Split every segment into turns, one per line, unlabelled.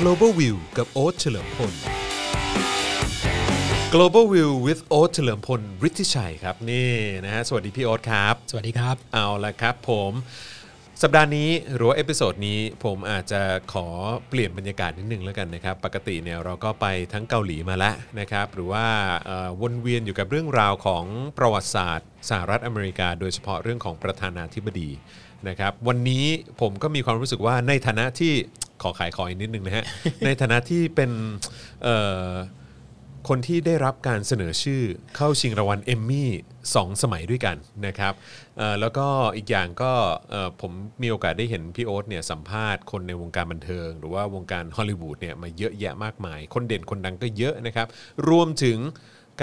global view กับโอ๊ตเฉลิมพล global view with โอ๊ตเฉลิมพลฤทธิชัยครับ นี่นะฮะสวัสดีพี่โอ๊ตครับ
สวัสดีครับ
เอาละครับผมสัปดาห์นี้หรือว่าเอพิโซดนี้ผมอาจจะขอเปลี่ยนบรรยากาศนิดนึงแล้วกันนะครับ ปกติเนี่ยเราก็ไปทั้งเกาหลีมาแล้วนะครับ หรือว่าเอ่อวนเวียนอยู่กับเรื่องราวของประวัติศาสตร์สหรัฐอเมริกา โดยเฉพาะเรื่องของประธานาธิบดีนะครับ วันนี้ผมก็มีความรู้สึกว่าในฐานะที่ขอขายของอีกนิดนึงนะฮะ ในฐานะที่เป็นเอ่อ คนที่ได้รับการเสนอชื่อเข้าชิงรางวัลเอมมี่สองสมัยด้วยกันนะครับเอ่อแล้วก็อีกอย่างก็เอ่อผมมีโอกาสได้เห็นพี่โอ๊ตเนี่ยสัมภาษณ์คนในวงการบันเทิง หรือว่าวงการฮอลลีวูดเนี่ยมาเยอะแยะมากมาย คนเด่นคนดังก็เยอะนะครับ รวมถึง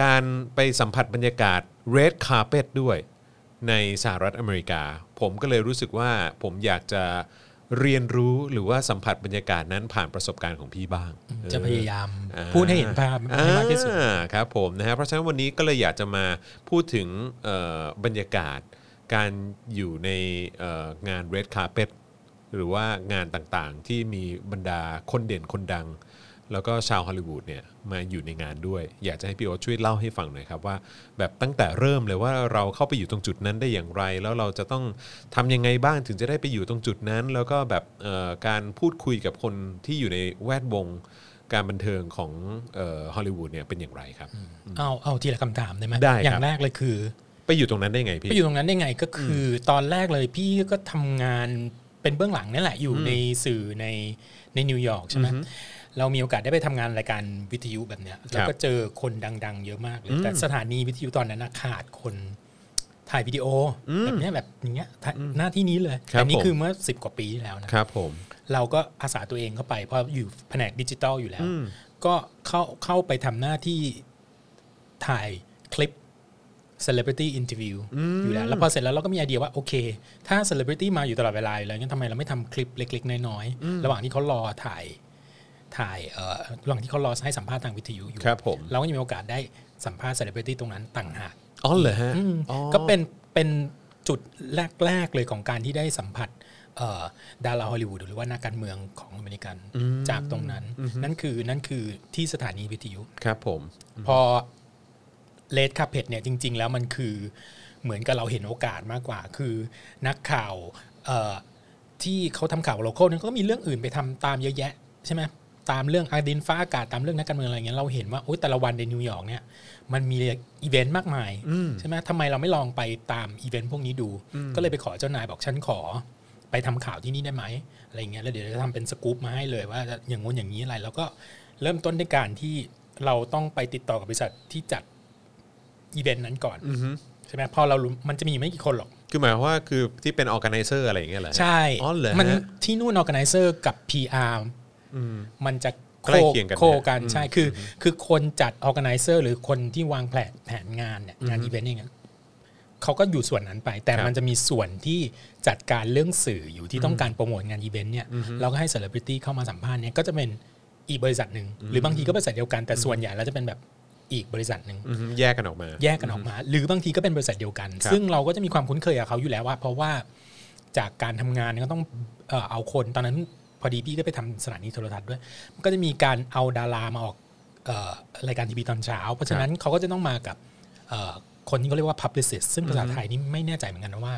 การไปสัมผัสบรรยากาศ Red Carpet ด้วย ในสหรัฐอเมริกา ผมก็เลยรู้สึกว่าผมอยากจะเรียนรู้หรือว่าสัมผัสบรรยากาศนั้นผ่านประสบการณ์ของพี่บ้าง
จะพยายามพูดให้เห็นภาพให้มากที่สุด
อ่าครับผมนะฮะเพราะฉะนั้นวันนี้ก็เลยอยากจะมาพูดถึงเอ่อบรรยากาศ การอยู่ในเอ่องาน Red Carpet หรือว่างานต่างๆ ที่มีบรรดาคนเด่นคนดัง แล้วก็ชาวฮอลลีวูดเนี่ยมาอยู่ในงานด้วย อยากจะให้พี่โอ๊ตช่วยเล่าให้ฟังหน่อยครับว่า แบบตั้งแต่เริ่มเลยว่าเราเข้าไปอยู่ตรงจุดนั้นได้อย่างไร แล้วเราจะต้องทำยังไงบ้างถึงจะได้ไปอยู่ตรงจุดนั้น แล้วก็แบบเอ่อการพูดคุยกับคนที่อยู่ในแวดวง การบันเทิงของเอ่อฮอลลีวูดเนี่ยเป็นอย่างไรครับ
เอาเอาทีละคำถามได้ไหม
ได้ครับ
อย่างแรกเลยคือ
ไปอยู่ตรงนั้นได้ไงพี่
ไปอยู่ตรงนั้นได้ไงก็คืออตอนแรกเลยพี่ก็ทำงานเป็นเบื้องหลังนี่แหละอยู่ในสื่อในในนิวยอร์กใช่ไหมเรามีโอกาสได้ไปทำงานรายการวิทยุแบบเนี้ยแล้วก็เจอคนดัง ๆ เยอะมากเลย แต่สถานีวิทยุตอนนั้นนะขาดคนถ่ายวิดีโออแบบเนี้ยแบบอย่างเงี้ยถ่ายหน้าที่นี้เลย
ครับ
แต่นี่
ผม
คือเมื่อสิบกว่าปีที่แล้วนะ
ครับผม
เราก็อาสาตัวเองเข้าไปเพราะอยู่แผนกดิจิทัลอยู่แล้ว ก็เข้าเข้าไปทำหน้าที่ถ่ายคลิป Celebrity Interview อยู่แล้วแล้วพอเสร็จแล้วเราก็มีไอเดียว่า โอเค ถ้า Celebrity มาอยู่ตลอดเวลาอยู่แล้วงั้นทำไมเราไม่ทำคลิปเล็ก ๆ น้อย ๆ ระหว่างที่เขารอถ่ายถ่ายเอ่อระหว่างที่เขารอให้สัมภาษณ์ทางวิทยุอยู่
ครับผม
เราก็ยังมีโอกาสได้สัมภาษณ์ Celebrity ตรงนั้นต่างหาก
อ๋อเหรอฮะ
อืม
อ๋อ
ก็เป็นเป็นจุดแรก ๆ เลยของการที่ได้สัมผัสเอ่อดาราฮอลลีวูดหรือว่านักการเมืองของอเมริกันจากตรงนั้น นั่นคือนั่นคือที่สถานีวิทยุ
ครับผม
พอเลดคาเพตเนี่ยจริง ๆ แล้วมันคือเหมือนกับเราเห็นโอกาสมากกว่า คือนักข่าวเอ่อที่เขาทำข่าวโลโก้นั้นก็มีเรื่องอื่นไปทำตามเยอะแยะใช่ไหมตามเรื่องอาดินฟ้าอากาศตามเรื่องนักการเมืองอะไรอย่างเงี้ยเราเห็นว่าโอ๊ยแต่ละวันในนิวยอร์กเนี่ยมันมีอีเวนต์มากมายใช่ไหมทำไมเราไม่ลองไปตามอีเวนต์พวกนี้ดู ก็เลยไปขอเจ้านายบอกฉันขอ ไปทำข่าวที่นี่ได้ไหมอะไรอย่างเงี้ยแล้วเดี๋ยวจะทำเป็นสกู๊ปมาให้เลยว่าอย่างงู้นอย่างนี้อะไร แล้วก็เริ่มต้นด้วยการที่เราต้องไปติดต่อกับบริษัทที่จัดอีเวนต์นั้นก่อน
อือฮึ
ใช่ไหมพอเรารู้มันจะมีไม่กี่คนหรอก
คือหมายความว่าคือที่เป็นออแกไนเซอร์อะไรอย่างเงี้ยเหรอฮะ
ใช่
อ๋อเหรอฮะ
มันที่นู่น organizer กับ PR มันจะ
ใกล้เคียงกัน
โคกันใช่คืออคือคนจัด organizer หรือคนที่วางแผนแผนงานเนี่ยงานอีเวนต์เนี่ยเขาก็อยู่ส่วนนั้นไป แต่
ครับ
มันจะมีส่วนที่จัดการเรื่องสื่ออยู่ที่ต้องการโปรโมทงานอีเวนต์เนี่ยเราก็ให้ celebrity เข้ามาสัมภาษณ์เนี่ยก็จะเป็นอีกบริษัทหนึ่งหรือบางทีก็บริษัทเดียวกันแต่ส่วนใหญ่แล้วจะเป็นแบบอีกบริษัทหนึ่ง
อือฮึแยกกันออกมา
แยกกันออกมา หรือบางทีก็เป็นบริษัทเดียวกัน
ครับ
ซึ่งเราก็จะมีความคุ้นเคยกับเขาอยู่แล้วว่า เพราะว่าจากการทำงานเนี่ยก็ต้องเอ่อเอาคนตอนนั้นพอดีพี่ก็ไปทำสถานีโทรทัศน์ด้วย มันก็จะมีการเอาดารามาออกเอ่อรายการทีวีตอนเช้า เพราะฉะนั้นเขาก็จะต้องมากับเอ่อคนที่เขาเรียกว่า publicist ซึ่งภาษาไทยนี่ไม่แน่ใจเหมือนกันนะว่า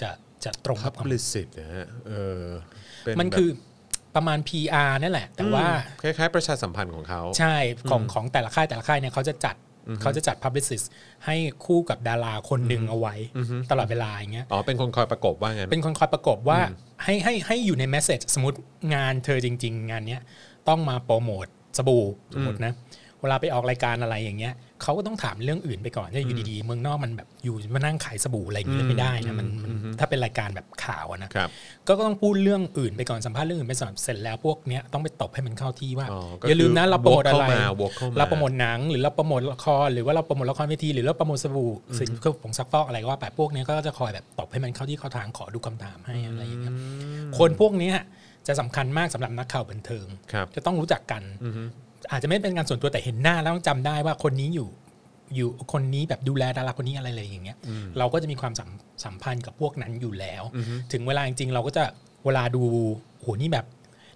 จะจะตรง
พั
กับ
บ
คำ
ลิสิตนะฮะเออเป็
มัน
แบบ
คือประมาณ PR นั่นแหละ แต่ว่า
คล้ายๆประชาสัมพันธ์ของเขา
ใช่ของของแต่ละค่ายแต่ละค่ายเนี่ยเขาจะจัดเขาจะจัด publicist ให้คู่กับดาราคนหนึ่งเอาไว้ ตลอดเวลาอย่างเงี้ย
อ๋อ เป็นคนคอยประกบว่างั้น
เป็นคนคอยประกบว่าให้ให้ให้อยู่ใน message สมมติงานเธอจริง ๆ งานเนี้ยต้องมาโปรโมทสบู่สมมตินะ เวลาไปออกรายการอะไรอย่างเงี้ยเขาก็ต้องถามเรื่องอื่นไปก่อนจะอยู่ดีๆ เมืองนอกมันแบบอยู่มานั่งขายสบู่อะไรอย่างเงี้ยไม่ได้นะมันมันถ้าเป็นรายการแบบข่าวอะนะ
ครับ
ก็ต้องพูดเรื่องอื่นไปก่อนสัมภาษณ์เรื่องอื่นไปสอนเสร็จแล้วพวกเนี้ยต้องไปตบให้มันเข้าที่ว่า
อ๋อก็
อย่าลืมนะ
คือ
เราโปรโมท
walk
อะไร
เข้ามาวอล์กเข้ามา
เราโปรโมทหนังหรือเราโปรโมทละครหรือว่าเราโปรโมทละครเวทีหรือเราโปรโมทสบู่สินค้าผงซักฟอกอะไรก็ว่าไปพวกเนี้ยก็จะคอยแบบตบให้มันเข้าที่เข้าทางขอดูคำถามให้อะไรอย่างเงี้ยคนพวกเนี้ยจะสำคัญมากสำหรับนักข่าวบันเทิง
ครับ
จะต้องรู้จักกัน อาจจะไม่เป็นการส่วนตัวแต่เห็นหน้าแล้วต้องจำได้ว่าคนนี้อยู่อยู่คนนี้แบบดูแลดาราคนนี้อะไรเลยอย่างเงี้ยเราก็จะมีความสัมสัมพันธ์กับพวกนั้นอยู่แล้ว ถึงเวลาจริงๆ เราก็จะเวลาดูโหนี่แบบ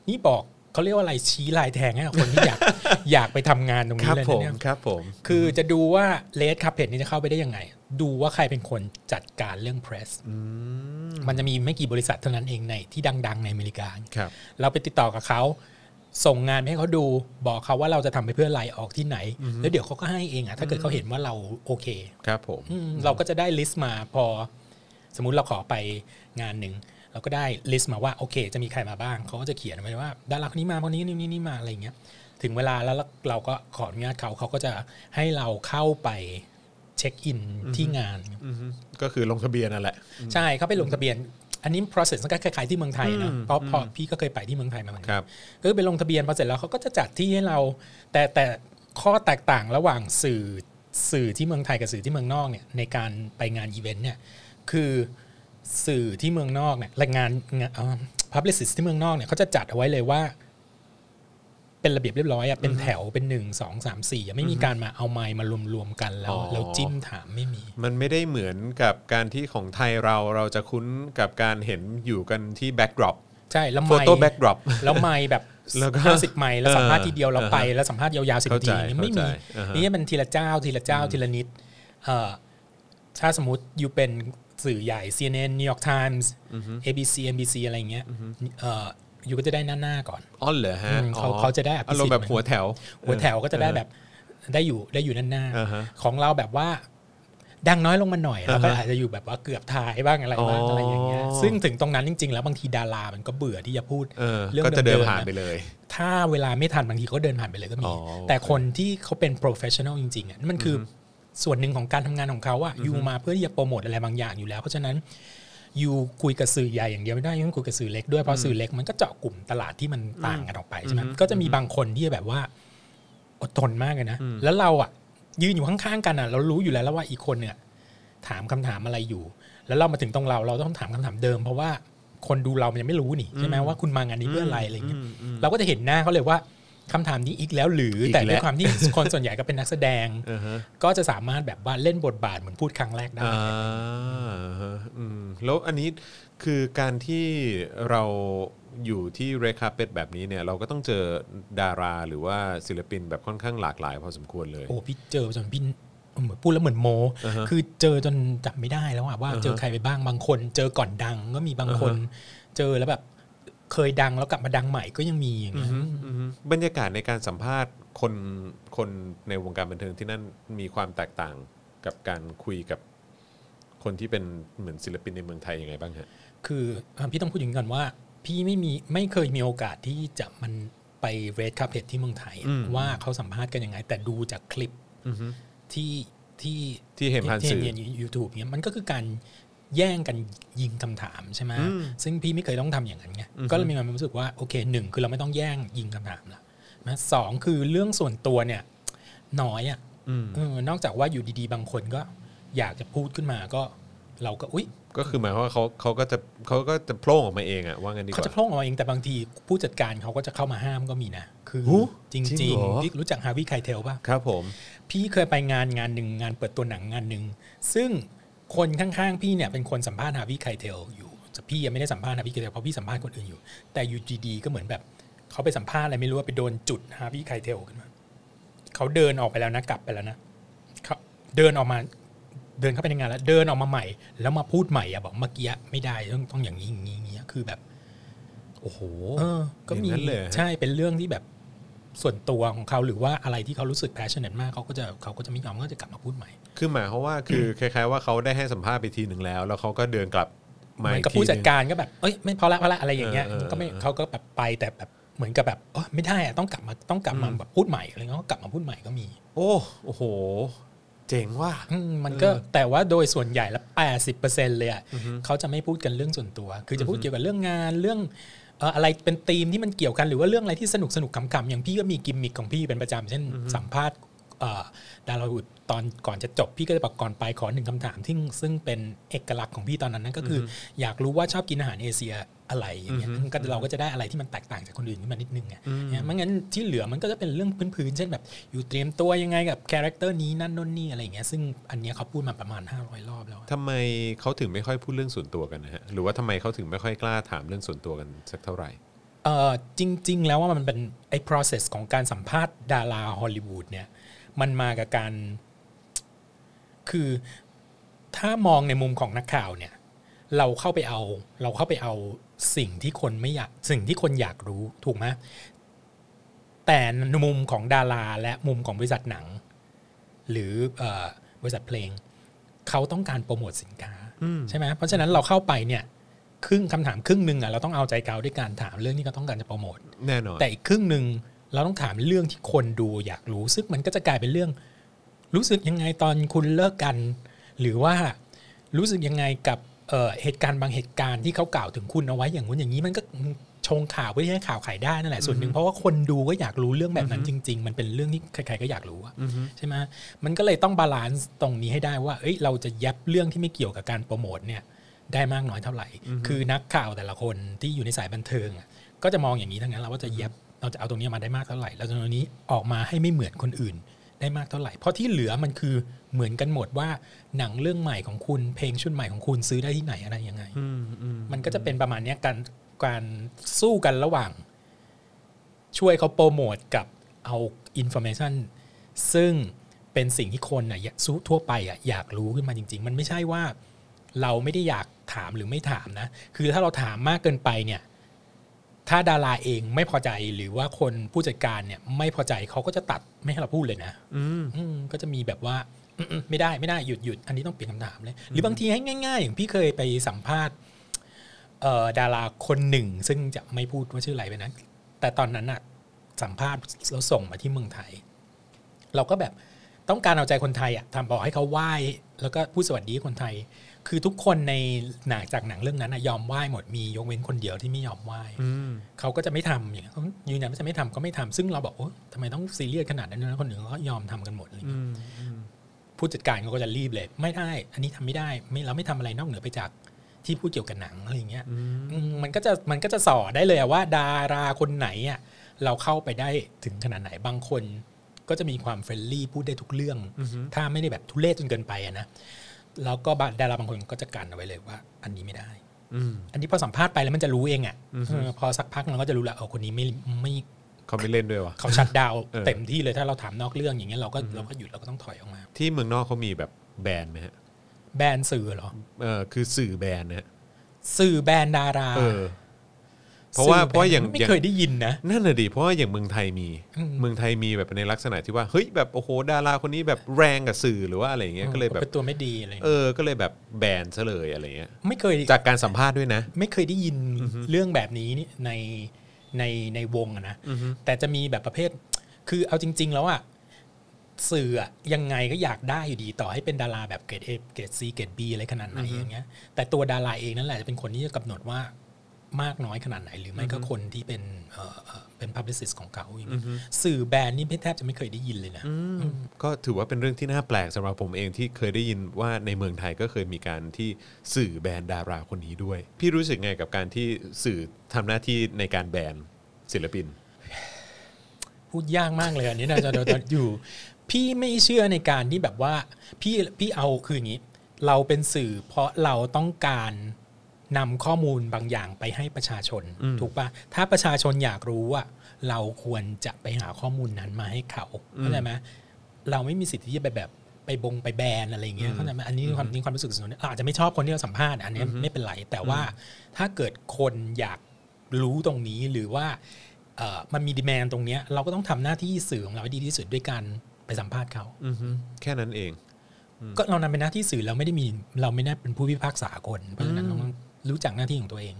นี่บอก เขาเรียกว่าอะไรชี้ลายแทงให้กับคนที่อยาก อยากไปทำงานตรง
ค
นี้
รับ
เลย
ผ
นะ
ม
เนี่ย
ครับผม
คือจะดูว่าเลดคับเพจนี้จะเข้าไปได้ยังไง ดูว่าใครเป็นคนจัดการเรื่องเพรสมันจะมีไม่กี่บริษัทเท่านั้นเองในที่ดัง ๆ ในอเมริกา
ครับ
เราไปติดต่อกับเขา ส่งงานไปให้เขาดู บอกเขาว่าเราจะทำไปเพื่อไล่ออกที่ไหน แล้วเดี๋ยวเขาก็ให้เองอะถ้าเกิดเขาเห็นว่าเราโอเค
ครับผม
อืมเราก็จะได้ลิสต์มาพอ สมมุติเราขอไปงานหนึ่งเราก็ได้ลิสต์มาว่าโอเค จะมีใครมาบ้างเขาก็จะเขียนไว้ว่าดาราคนนี้มาคนนี้นี่นี่นี่มาอะไรอย่างเงี้ยถึงเวลาแล้วเราก็ขออนุญาตเขาเขาก็จะให้เราเข้าไปเช็คอินที่งาน
อือฮึก็คือลงทะเบียนนั่นแหละ
ใช่เขาไปลงทะเบียน อันนี้ process ก็คล้ายๆที่เมืองไทยนะ
อืม
เพราะพออ
ม
พี่ก็เคยไปที่เมืองไทยมาเหมือนกัน
ครับ
ก็ไปลงทะเบียนพอเสร็จแล้วเขาก็จะจัดที่ให้เรา แต่แต่ข้อแตกต่างระหว่างสื่อสื่อที่เมืองไทยกับสื่อที่เมืองนอกเนี่ยในการไปงานอีเวนต์เนี่ยคือสื่อที่เมืองนอกเนี่ยรายงานพับลิสิสที่เมืองนอกเนี่ยเขาจะจัดเอาไว้เลยว่า เป็นระเบียบเรียบร้อยอะเป็นแถวเป็นหนึ่งสองสามสี่อะไม่มีการมาเอาไม้มารวมๆกันแล้ว
อ๋อ
แล้วจิ้มถามไม่มี
มันไม่ได้เหมือนกับการที่ของไทยเราเราจะคุ้นกับการเห็นอยู่กันที่แบ็กดรอป
ใช่แล้ว
โฟ
ไมค์
โต้แบ็กดรอป
แล้วไมค์แบบ
แล้วก็
ห้าสิบไมค์แล้วสัมภาษณ์ทีเดียวเราไป
เออ
แล้วสัมภาษณ์ยาวๆสิบ
เข้า
นา
ใจ
ทีเนี่ยไม่มี
เข้าใจอ่าฮะ
นี่มันทีละเจ้าทีละเจ้าทีละนิดเอ่อถ้าสมมติอยู่เป็นสื่อใหญ่ CNN New York Times ABC NBC อะไรอย่างเงี้ยเอ่ออยู่ก็จะได้หน้าๆก่อน
อ๋อเหรอฮะ
อืมเขา
อ๋อ
เขาจะได้อภิสิท
อา
ธิ์
รมณ์แบบหัวแถว
หัวแถวก็จะได้แบบได้อยู่ได้อยู่หน้า
อ่าฮะ
ๆของเราแบบว่าดังน้อยลงมาหน่อยแล้วก็
อ่าฮะ
อาจจะอยู่แบบว่าเกือบท้ายบ้างอะไรบ้าง
อ๋ออ
อะไรอย่างเงี้ยซึ่งถึงตรงนั้นจริง ๆ แล้วบางทีดารามันก็เบื่อที่จะพูด
เออ
เรื่อง
ก็จะเดิน
เดิมๆ
ผ่านไปเลย
ถ้าเวลาไม่ทันบางทีก็เดินผ่านไปเลยก็มี
อ๋อโอเค
แต่คนที่เขาเป็น professional จริงๆอ่ะนั่นมันคืออส่วนหนึ่งของการทำงานของเขาอ่ะยูมาเพื่อที่จะโปรโมทอะไรบางอย่างอยู่แล้ว เพราะฉะนั้นยูคุยกับสื่อใหญ่อย่างเดียวไม่ได้ยูต้องคุยกับสื่อเล็กด้วยเพราะสื่อเล็กมันก็เจาะกลุ่มตลาดที่มันต่างกันออกไปใช่ไหม
อืม
ก็จะมีบางคนที่แบบว่า อดทนมากเลยนะ แล้วเราอ่ะ ยืนอยู่ข้างๆกันอ่ะ เรารู้อยู่แล้วแล้วว่าอีกคนเนี่ย ถามคำถามอะไรอยู่ แล้วเรามาถึงตรงเราเราต้องถามคำถามเดิม เพราะว่าคนดูเรามันยังไม่รู้นี่ใช่ไหมว่าคุณมางานนี้เพื่ออะไรอะไรอย่างเงี้ย
มอืม
เราก็จะเห็นหน้าเขาเลยว่าคำถามนี้อีกแล้วหรืออ
ม
แต่
อีกแล้ว
ด้วยความ ที่ คนส่วนใหญ่ก็เป็นนักแสดง
อ่าฮะ
ก็จะสามารถแบบว่าเล่นบทบาทเหมือนพูดครั้งแรกได้
อ่าฮะอืมแล้วอันนี้คือการที่เราอยู่ที่เรคาเป็ดแบบนี้เนี่ย เราก็ต้องเจอดาราหรือว่าศิลปินแบบค่อนข้างหลากหลายพอสมควรเลย
โอ้พี่เจอจนพี่เหมือนพูดแล้วเหมือนโม
อ่าฮะ
คือเจอจนจำไม่ได้แล้วอะว่า
อ่าฮะ
เจอใครไปบ้างบางคน เจอก่อนดังก็มีบางคน
อ่าฮ
เจอแล้วแบบเคยดังแล้วกลับมาดังใหม่ก็ยังมีอย่างเงี้ย
อือฮึบรรยากาศในการสัมภาษณ์คนคนในวงการบันเทิงที่นั่นมีความแตกต่างกับการคุยกับคนที่เป็นเหมือนศิลปินในเมืองไทยยังไงบ้างฮะ
คืออ่ะพี่ต้องพูดอย่างนี้ก่อนว่า พี่ไม่มีไม่เคยมีโอกาสที่จะมันไปเรดคาเพ t ที่เมืองไทยอะ
อืม
ว่าเขาสัมภาษณ์กันยังไง แต่ดูจากคลิปที่ที่
ที่เห็นผ่านสื่อ
ที่ใยูทูบเนี้ยมันก็คือการแย่งกันยิงคำถามใช่ไหม
อืม
ซึ่งพี่ไม่เคยต้องทำอย่างนั้นไง
อือฮึ
ก็เลยมีความรู้สึกว่าโอเคหนึ่งคือเราไม่ต้องแย่งยิงคำถามละนะสองคือเรื่องส่วนตัวเนี่ยน้อยอ่ะ
อืม
เออนอกจากว่าอยู่ดีๆ บางคนก็อยากจะพูดขึ้นมาก็ เราก็อุ๊ย
ก็คือหมายความว่าเขาเขาก็จะเขาก็จะโพล่งออกมาเองอะว่างั้นดีก
เขา
ว่า
จะโพร่งออกมาเองแต่บางทีผู้จัดการเขาก็จะเข้ามาห้ามก็มีนะ คือ
หู
จริง
จริง
จริง
เหรอ
พี่รู้จักฮาวิไคเทลป่ะ
ครับผม
พี่เคยไปงานงานหนึ่งงานเปิดตัวหนังงานหนึ่งซึ่งคนข้างๆ พี่เนี่ยเป็นคนสัมภาษณ์ฮาวิไคเทลอยู่แต่พี่ยังไม่ได้สัมภาษณ์ฮาวิไคเทลเพราะพี่สัมภาษณ์คนอื่นอยู่ แต่อยู่ดีๆก็เหมือนแบบเขาไปสัมภาษณ์อะไรไม่รู้ว่าไปโดนจุดฮาวิไคเทลขึ้นมาเขาเดินออกไปแล้วนะกลับไปแล้วนะเขาเดินออกมาเดินเข้าไปในงานแล้ว เดินออกมาใหม่ แล้วมาพูดใหม่อะบอกเมื่อกี้ไม่ได้ต้องต้องอย่างนี้อย่างนี้อย่างนี้คือแบบ
โอ้โห
เออก็มี
อย่างนั้นเลยเหรอฮะ
ใช่เป็นเรื่องที่แบบส่วนตัวของเขาหรือว่าอะไรที่เขารู้สึก passionate มากเขาก็จะเขาก็จะไม่ยอมก็จะกลับมาพูดใหม่
คือหมายความว่าคือคล้ายๆว่าเขาได้ให้สัมภาษณ์ไปทีหนึ่งแล้ว แล้วเขาก็เดินกลับ
เห
มา
มือ
อี
น
ก
กับ
ที
ผู้
ห
จัด
นึ่ง
การก็แบบเอ้ยไม่พอละพอละอะไรอย่างเงี้ย
เออเออ
ก็ไม่
เออ
เขาก็แบบไปแต่แบบเหมือนกับแบบเอ้ยไม่ได้อะต้องกลับมาต้องกลับมา
อืม
แบบพูดใหม่อะไรเงี้ยก็กลับมาพูดใหม่ก็มี
โอ้โอ้โห เจ๋งว่ะ
อืมมันก็
เออ
แต่ว่าโดยส่วนใหญ่ละ80%เลยอะเขาจะไม่พูดกันเรื่องส่วนตัว คือจะพูดเกี่ยวกับเรื่องงานเรื่องเอ่ออะไรเป็นธีมที่มันเกี่ยวกันหรือว่าเรื่องอะไรที่สนุกสนุกขำๆอย่างพี่ก็มีกิมมิคของพี่เป็นประจำเช่นสัมภาษณ์เอ่อดาราอุดตอนก่อนจะจบพี่ก็จะบอกก่อนไปขอหนึ่งคำถามที่ซึ่งเป็นเอกลักษณ์ของพี่ตอนนั้นนั่นก็คือออยากรู้ว่าชอบกินอาหารเอเชียอะไรอย่างเงี้ย
อือฮึ
ก็เราก็จะได้อะไรที่มันแตกต่างจากคนอื่นขึ้นมานิดนึงไง
อืม
เนี่ยไม่งั้นที่เหลือมันก็จะเป็นเรื่องพื้นๆเช่นแบบ อยู่เตรียมตัวยังไงกับคาแรคเตอร์นี้นั่นนู่นนี่อะไรอย่างเงี้ยซึ่งอันเนี้ยเขาพูดมาประมาณ 500 รอบแล้ว
ทำไมเขาถึงไม่ค่อยพูดเรื่องส่วนตัวกันนะฮะ หรือว่าทำไมเขาถึงไม่ค่อยกล้าถามเรื่องส่วนตัวกันสักเท่าไหร่
เออจริง ๆ แล้วว่ามันเป็นไอ้ process ของการสัมภาษณ์ดาราฮอลลีวูดเนี่ยมันมากับการ คือถ้ามองในมุมของนักข่าวเนี่ย เราเข้าไปเอา เราเข้าไปเอาสิ่งที่คนไม่อยากสิ่งที่คนอยากรู้ถูกไหมแต่ในมุมของดาราและมุมของบริษัทหนัง หรือเออบริษัทเพลง เขาต้องการโปรโมทสินค้า
อืม
ใช่ไหมเพราะฉะนั้นเราเข้าไปเนี่ย ครึ่งคำถามครึ่งหนึ่งอ่ะเราต้องเอาใจเขาด้วยการถามเรื่องที่เขาต้องการจะโปรโมท
แน่นอน
แต่อีกครึ่งหนึ่งเราต้องถามเรื่องที่คนดูอยากรู้ ซึ่งมันก็จะกลายเป็นเรื่อง รู้สึกยังไงตอนคุณเลิกกัน หรือว่ารู้สึกยังไงกับเอ่อเหตุการณ์บางเหตุการณ์ที่เขากล่าวถึงคุณเอาไว้อย่างนู้นอย่างนี้มันก็ชงข่าวเพื่อให้ข่าวขายได้นั่นแหละส่วนหนึ่งเพราะว่าคนดูก็อยากรู้เรื่องแบบนั้นจริง ๆ มันเป็นเรื่องที่ใครๆก็อยากรู้อะ
อือฮึ
ใช่ไหมมันก็เลยต้องบาลานซ์ตรงนี้ให้ได้ว่า เอ้ย เราจะแยบเรื่องที่ไม่เกี่ยวกับการโปรโมทเนี่ย ได้มากน้อยเท่าไหร่ คือนักข่าวแต่ละคนที่อยู่ในสายบันเทิงอะก็จะมองอย่างนี้ทั้งนั้นเราว่าจะแยบเราจะเอาตรงนี้มาได้มากเท่าไหร่ แล้วตรงนี้ออกมาให้ไม่เหมือนคนอื่นได้มากเท่าไหร่ เพราะที่เหลือมันคือเหมือนกันหมดว่าหนังเรื่องใหม่ของคุณ เพลงชุดใหม่ของคุณซื้อได้ที่ไหนอะไรยังไง
อืมอืม
มันก็จะเป็นประมาณเนี้ยการการสู้กันระหว่าง ช่วยเขาโปรโมทกับเอาอินโฟ m a ชันซึ่งเป็นสิ่งที่คนน่ะอยากสู้ทั่วไปอ่ะอยากรู้ขึ้นมาจริง ๆ มันไม่ใช่ว่าเราไม่ได้อยากถามหรือไม่ถามนะ คือถ้าเราถามมากเกินไปเนี่ย ถ้าดาราเองไม่พอใจหรือว่าคนผู้จัดการเนี่ย ไม่พอใจเขาก็จะตัดไม่ให้เราพูดเลยนะ
อืม
อืมก็จะมีแบบว่าอืมอืมไม่ได้ไม่ได้หยุดหยุดอันนี้ต้องเปลี่ยนคำถามเลย หรือบางทีให้ง่ายๆ อย่างพี่เคยไปสัมภาษณ์เอ่อดาราคนหนึ่ง ซึ่งจะไม่พูดว่าชื่ออะไรไปนะแต่ตอนนั้นอะสัมภาษณ์แล้วส่งมาที่เมืองไทย เราก็แบบต้องการเอาใจคนไทยอะทำบอกให้เขาไหว้แล้วก็พูดสวัสดีให้คนไทย คือทุกคนในหนังจากหนังเรื่องนั้นอะยอมไหว้หมดมียกเว้นคนเดียวที่ไม่ยอมไหว้
อืม
เขาก็จะไม่ทำอย่างเงี้ยเขายืนยันว่าจะไม่ทำก็ไม่ทำซึ่งเราบอกโอ้ทำไมต้องซีเรียสขนาดนั้นนะคนหนึ่งเขาก็ยอมทำกันหมดอะไร
อื
เงี้ย
มอืม
ผู้จัดการเขาก็จะรีบเลย ไม่ได้ อันนี้ทำไม่ได้ไม่เราไม่ทำอะไรนอกเหนือไปจากที่พูดเกี่ยวกับหนังอะไรเงี้ย
อืม
อืมมันก็จะมันก็จะสอได้เลยอะว่า ดาราคนไหนอ่ะเราเข้าไปได้ถึงขนาดไหนบางคน ก็จะมีความเฟรนลี่พูดได้ทุกเรื่อง
อือฮึ
ถ้าไม่ได้แบบทุเรศจนเกินไปอะนะแล้วก็บางดาราบางคนก็จะกันเอาไว้เลยว่า อันนี้ไม่ได้
อืม
อันนี้พอสัมภาษณ์ไปแล้วมันจะรู้เองอ่ะ
อือฮึ
เออพอสักพักเราก็จะรู้แหละเออคนนี้ไม่ไม่
เขาไม่เล่นด้วยวะ
เขาชัดดาวน์
เออ
เต็มที่เลยถ้าเราถามนอกเรื่องอย่างเงี้ยเราก็เราก็หยุดเราก็ต้องถอยออกมา
ที่เมืองนอกเขามีแบบแบนไหมฮะ
แบนสื่อเหรอ
เออคือสื่อแบนนะฮะ
สื่อแบนดารา
เออ เพราะว่า
สื่อแบน
เพราะอย่าง
ไม่
อย่าง
เคยได้ยินนะ
นั่นน่ะดิเพราะว่าอย่างเมืองไทยมี
อืม
เมืองไทยมีแบบในลักษณะที่ว่าเฮ้ยแบบโอ้โหดาราคนนี้แบบแรงกับสื่อหรือว่าอะไรอย่างเงี้ยก็เลยแบบ
เป็นตัวไม่ดีอะไร
เออ ก็เลยแบบแบนซะเลยอะไรเงี้ย
ไม่เคย
จากการสัมภาษณ์ด้วยนะ
ไม่เคยได้ยินเรื่องแบบนี้นี่ในในในวงอะนะ
อือฮึ
แต่จะมีแบบประเภท คือเอาจริง ๆ แล้วอะสื่ออะยังไงก็อยากได้อยู่ดีต่อให้เป็นดาราแบบเกรดเอเกรดซีเกรดบีอะไรขนาดไหนอย่างเงี้ย แต่ตัวดาราเองนั่นแหละจะเป็นคนที่จะกำหนดว่ามากน้อยขนาดไหน หรือไม่ก็คนที่เป็นเอ่อเอ่อเป็นพับลิสิสของเขาอย่างเงี้ยสื่อแบรนด์นี่แทบจะไม่เคยได้ยินเลยนะ
ก็ถือว่าเป็นเรื่องที่น่าแปลกสำหรับผมเองที่เคยได้ยินว่าในเมืองไทยก็เคยมีการที่สื่อแบนดาราคนนี้ด้วย พี่รู้สึกไงกับการที่สื่อทำหน้าที่ในการแบนศิลปิน
พูดยากมากเลยอันนี้นะจะจะอยู่ พี่ไม่เชื่อในการที่แบบว่า พี่พี่เอาคืออย่างนี้ เราเป็นสื่อเพราะเราต้องการนำข้อมูลบางอย่างไปให้ประชาชน
อืม
ถูกปะถ้าประชาชนอยากรู้อะเราควรจะไปหาข้อมูลนั้นมาให้เขา
อืม
เข้าใจไหมเราไม่มีสิทธิ์ที่จะไปแบบไปบงไปแบนอะไรอย่างเงี้
อื
ย
ม
เข้าใจไหมอันนี้ความนี่ความรู้สึกส่วนตัวอาจจะไม่ชอบคนที่เราสัมภาษณ์อันนี้
อือฮึ
ไม่เป็นไรแต่ว่า ถ้าเกิดคนอยากรู้ตรงนี้หรือว่าเอ่อมันมีดีแมนตรงเนี้ยเราก็ต้องทำหน้าที่สื่อของเราให้ดีที่สุดด้วยการไปสัมภาษณ์เขา
อือฮึแค่นั้นเอง
ก็เรานั้นเป็นหน้าที่สื่อเราไม่ได้มีเราไม่ได้เป็นผู้พิพากษาคน เพราะฉะนั้น
อืม
เราต้องรู้จักหน้าที่ของตัวเอง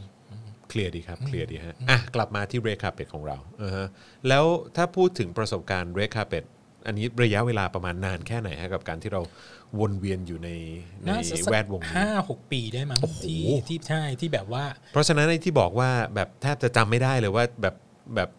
เคลียร์ดีครับเคลียร์ดีฮะอ่ะกลับมาที่เรคาเป็ดของเราเออฮะแล้วถ้าพูดถึงประสบการณ์เรคาเป็ดอันนี้ระยะเวลาประมาณนานแค่ไหนฮะกับการที่เราวนเวียนอยู่ในใน
น่าจะสัก
แวดวงนี้
ห้าหกปีได้มั้ง
โอ้โห
ที่ที่ใช่ที่แบบว่า
เพราะฉะนั้นไอ้ที่บอกว่าแบบแทบจะจำไม่ได้เลยว่าแบบแบบ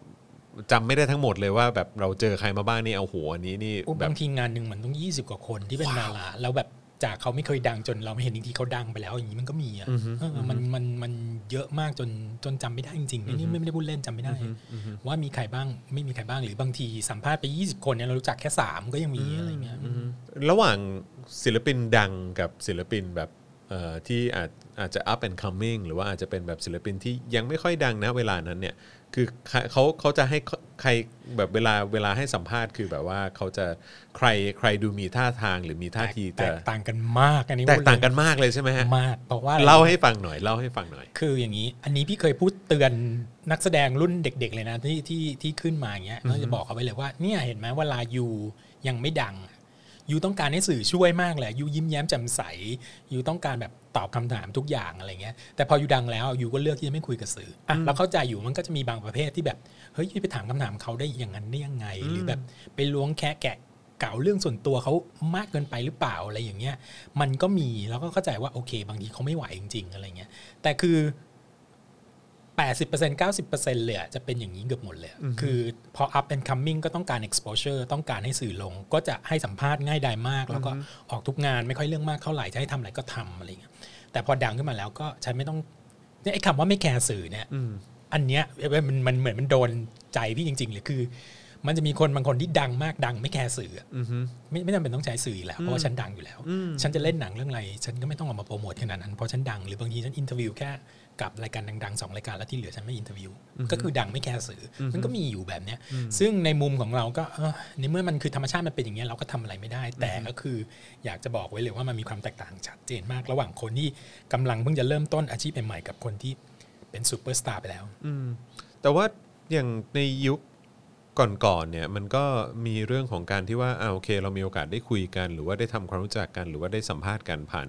จำไม่ได้ทั้งหมดเลยว่าแบบเราเจอใครมาบ้างนี่เอาหัวอันนี้นี่แบบ
โอ้า
บ
งทีงานหนึ่งเหมือนต้อง 20 กว่าคนที่เป็นดาราแล้วแบบจากเขาไม่เคยดังจนเราไม่เห็นจริงๆเขาดังไปแล้วอย่างนี้มันก็มีอ่ะ
อือฮึ
เอออมันมันมันเยอะมากจนจนจำไม่ได้จริงๆนี่ไม่ไม่ได้พูดเล่นจำไม่ได้ ว่ามีใครบ้างไม่มีใครบ้างหรือบางทีสัมภาษณ์ไป 20 คนเนี่ยเรารู้จักแค่ 3 ก็ยังมีอะไรเงี้ย
ระหว่างศิลปินดังกับศิลปินแบบ เอ่อที่อาจอาจจะ up and coming หรือว่าอาจจะเป็นแบบศิลปินที่ยังไม่ค่อยดังนะเวลานั้นเนี่ยคือเขาเขาเขาจะให้ใครแบบเวลาเวลาให้สัมภาษณ์คือแบบว่าเขาจะใครใครดูมีท่าทางหรือมีท่าที
แต
จะ
กต่างกันมากอันนี้
แตกต่างกันมากเลยใช่ไหมฮะ
มาก เพราะว่า
เล่าให้ฟังหน่อยเล่าให้ฟังหน่อย
คืออย่างนี้ อันนี้พี่เคยพูดเตือนนักแสดงรุ่นเด็ก ๆ เลยนะที่ที่ที่ขึ้นมาอย่างเงี้ยก็จะบอกเขาไว้เลยว่าเนี่ยเห็นไหมเวลายูยังไม่ดังยูต้องการให้สื่อช่วยมากเลยยูยิ้มแย้มแจ่มใสยูต้องการแบบตอบคำถามทุกอย่างอะไรเงี้ย แต่พอยูดังแล้วยูก็เลือกที่จะไม่คุยกับสื่ออ่ะเราเข้าใจอยู่มันก็จะมีบางประเภทที่แบบเฮ้ยยูไปถามคำถามเขาได้อย่างนั้นได้ยังไง หรือแบบไปล้วงแคะแกะ เก่าเรื่องส่วนตัวเขามากเกินไปหรือเปล่าอะไรอย่างเงี้ย มันก็มีแล้วก็เข้าใจว่าโอเค บางทีเขาไม่ไหวจริง ๆ อะไรเงี้ย แต่คือ 80% 90%เลยอะจะเป็นอย่างนี้เกือบหมดเลยอะคือพอ up and coming ก็ต้องการ exposure ต้องการให้สื่อลง ก็จะให้สัมภาษณ์ง่ายดายมาก แล้วก็ออกทุกงานไม่ค่อยเรื่องมากเท่าไหร่จะให้ทำอะไรก็ทำอะไรเงี้ยแต่พอดังขึ้นมาแล้วก็ฉันไม่ต้องเนี่ยไอ้คำว่าไม่แคร์สื่อเนี่ย
อืม
อันเนี้ยเว้ยมันมันเหมือนมันโดนใจพี่จริงๆเลยคือ มันจะมีคนบางคนที่ดังมากดัง ไม่แคร์สื่ออะ
อือฮึ
ไม่ไม่จำเป็นต้องใช้สื่ออีกแล้วเพราะว่าฉันดังอยู่แล้ว
อืม
ฉันจะเล่นหนังเรื่องอะไร ฉันก็ไม่ต้องออกมาโปรโมทขนาดนั้นเพราะฉันดังหรือบางทีฉันอินเทอร์วิวแค่กับรายการดังๆสองรายการแล้วที่เหลือฉันไม่อินเทอร์วิวก็คือดังไม่แคร์สื่ออมันก็มีอยู่แบบเนี้ย ซึ่งในมุมของเราก็เออในเมื่อมันคือธรรมชาติมันเป็นอย่างเงี้ยเราก็ทำอะไรไม่ได้ แต่ก็คืออยากจะบอกไว้เลยว่ามันมีความแตกต่างชัดเจนมาก ระหว่างคนที่กำลังเพิ่งจะเริ่มต้นอาชีพใหม่ๆกับคนที่เป็นซูเปอร์สตาร์ไปแล้ว
อืมแต่ว่าอย่างในยุคก่อนๆเนี่ยมันก็มีเรื่องของการที่ว่าอ่าโอเค เรามีโอกาสได้คุยกัน หรือว่าได้ทำความรู้จักกัน หรือว่าได้สัมภาษณ์กันผ่าน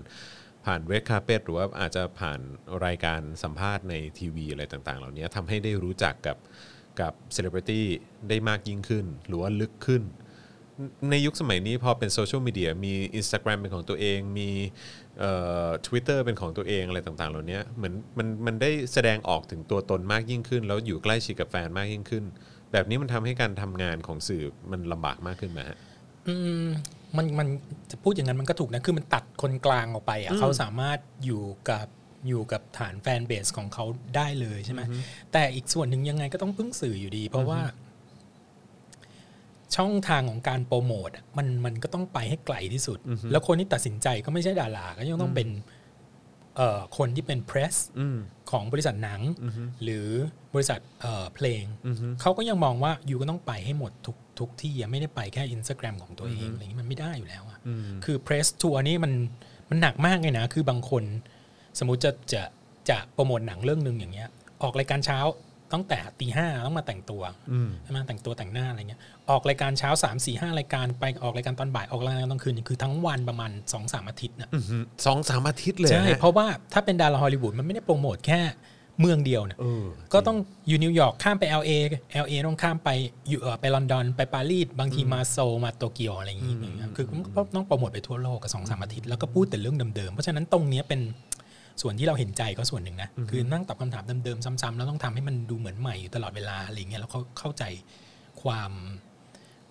ผ่านเวทคาเปตหรือว่าอาจจะผ่านรายการสัมภาษณ์ในทีวีอะไรต่าง ๆ เหล่านี้ทำให้ได้รู้จักกับกับเซเลบริตี้ได้มากยิ่งขึ้น หรือว่าลึกขึ้น ในยุคสมัยนี้พอเป็นโซเชียลมีเดียมี Instagram เป็นของตัวเองมีทวิตเตอร์เป็นของตัวเองอะไรต่างๆ เหล่านี้เหมือนมันมันได้แสดงออกถึงตัวตนมากยิ่งขึ้น แล้วอยู่ใกล้ชิดกับแฟนมากยิ่งขึ้น แบบนี้มันทำให้การทำงานของสื่อมันลำบากมากขึ้นไหมฮะ
อืมมันมันจะพูดอย่างนั้นมันก็ถูกนะ คือมันตัดคนกลางออกไปอ่ะเขาสามารถอยู่กับอยู่กับฐานแฟนเบสของเขาได้เลยใช่ไหมแต่อีกส่วนหนึ่งยังไงก็ต้องพึ่งสื่ออยู่ดี เพราะว่า ช่องทางของการโปรโมทอะมันมันก็ต้องไปให้ไกลที่สุด แล้วคนที่ตัดสินใจก็ไม่ใช่ดาราก็ยังต้องเป็นเอ่อคนที่เป็นเพรส
อืม
ของบริษัทหนังหรือบริษัทเอ่อเพลง เขาก็ยังมองว่าอยู่ก็ต้องไปให้หมดทุกทุกที่อะไม่ได้ไปแค่ Instagram ของตัวเองอะไรอย่างนี้มันไม่ได้อยู่แล้วอะ
อืม
คือเพรสทัวร์นี่มันมันหนักมากเลยนะ คือบางคน สมมุติจะจะจะโปรโมทหนังเรื่องหนึ่งอย่างเงี้ย ออกรายการเช้าตั้งแต่ตีห้าต้องมาแต่งตัว
อืม
ใช่ไหมแต่งตัวแต่งหน้าอะไรเงี้ยออกรายการเช้า3 4 5รายการไปออกรายการตอนบ่ายออกรายการตอนคืนคือทั้งวันประมาณ2อสามอาทิตย์นะ
อื้อหือสองสามอาทิตย์เลย
ใช่
ฮะ
เพราะว่าถ้าเป็นดาราฮอลลีวูดมันไม่ได้โปรโมทแค่เมืองเดียวนะ
เออ
ก็ต้องอยู่นิวยอร์กข้ามไป LA LA ต้องข้ามไปอยู่เอ่อไปลอนดอน ไปปารีสบางทีมาโซลมาโตเกียวอะไรอย่างงี้นะครับคือมันก็ต้องโปรโมทไปทั่วโลกกับสองสามอาทิตย์ แล้วก็พูดแต่เรื่องเดิมๆ เพราะฉะนั้นตรงเนี้ยเป็นส่วนที่เราเห็นใจก็ส่วนหนึ่งนะคือนั่งตอบคำถามเดิมๆซ้ำๆแล้วต้องทำให้มันดูเหมือนใหม่อยู่ตลอดเวลาอะไรอย่างเงี้ยแล้วเขาเข้าใจความ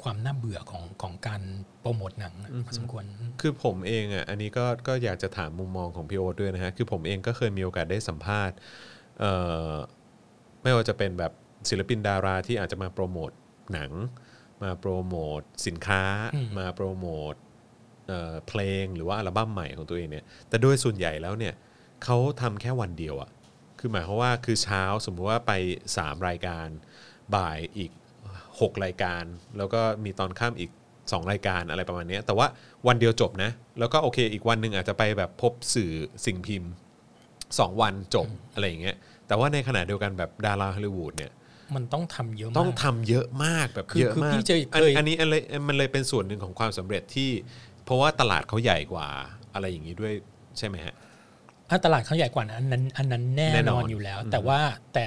ความน่าเบื่อของของการโปรโมทหนังนะพอสมควร
คือผมเองอ่ะอันนี้ก็ก็อยากจะถามมุมมองของพี่โอ๊ตด้วยนะฮะคือผมเองก็เคยมีโอกาสได้สัมภาษณ์เอ่อ ไม่ว่าจะเป็นแบบศิลปินดาราที่อาจจะมาโปรโมทหนัง มาโปรโมทสินค้า
อืม
มาโปรโมทเอ่อเพลงหรือว่าอัลบั้มใหม่ของตัวเองเนี่ยแต่โดยส่วนใหญ่แล้วเนี่ยเขาทำแค่วันเดียวอะคือหมายความว่าคือเช้าสมมุติว่าไป 3 รายการบ่ายอีก 6 รายการ แล้วก็มีตอนข้ามอีก 2 รายการอะไรประมาณเนี้ยแต่ว่าวันเดียวจบนะ แล้วก็โอเคอีกวันหนึ่งอาจจะไปแบบพบสื่อสิ่งพิมพ์ 2 วันจบอะไรอย่างเงี้ยแต่ว่าในขณะเดียวกันแบบดาราฮอลลีวูดเนี่ย
มันต้องทำเยอะมาก
ต้องทำเยอะมากแบบ
คือ
เยอะ
คือ
มาก
พี่เจอ
อัน
เคย
อันนี้อันเลยมันเลยเป็นส่วนหนึ่งของความสำเร็จที่ เพราะว่าตลาดเขาใหญ่กว่าอะไรอย่างนี้ด้วยใช่ไหมฮะ
อ่ะตลาดเขาใหญ่กว่านะอันนั้นอันนั้นแน่
แน่น
น
อ
อน นอยู่แล้ว
อืม
แต่ว่าแต่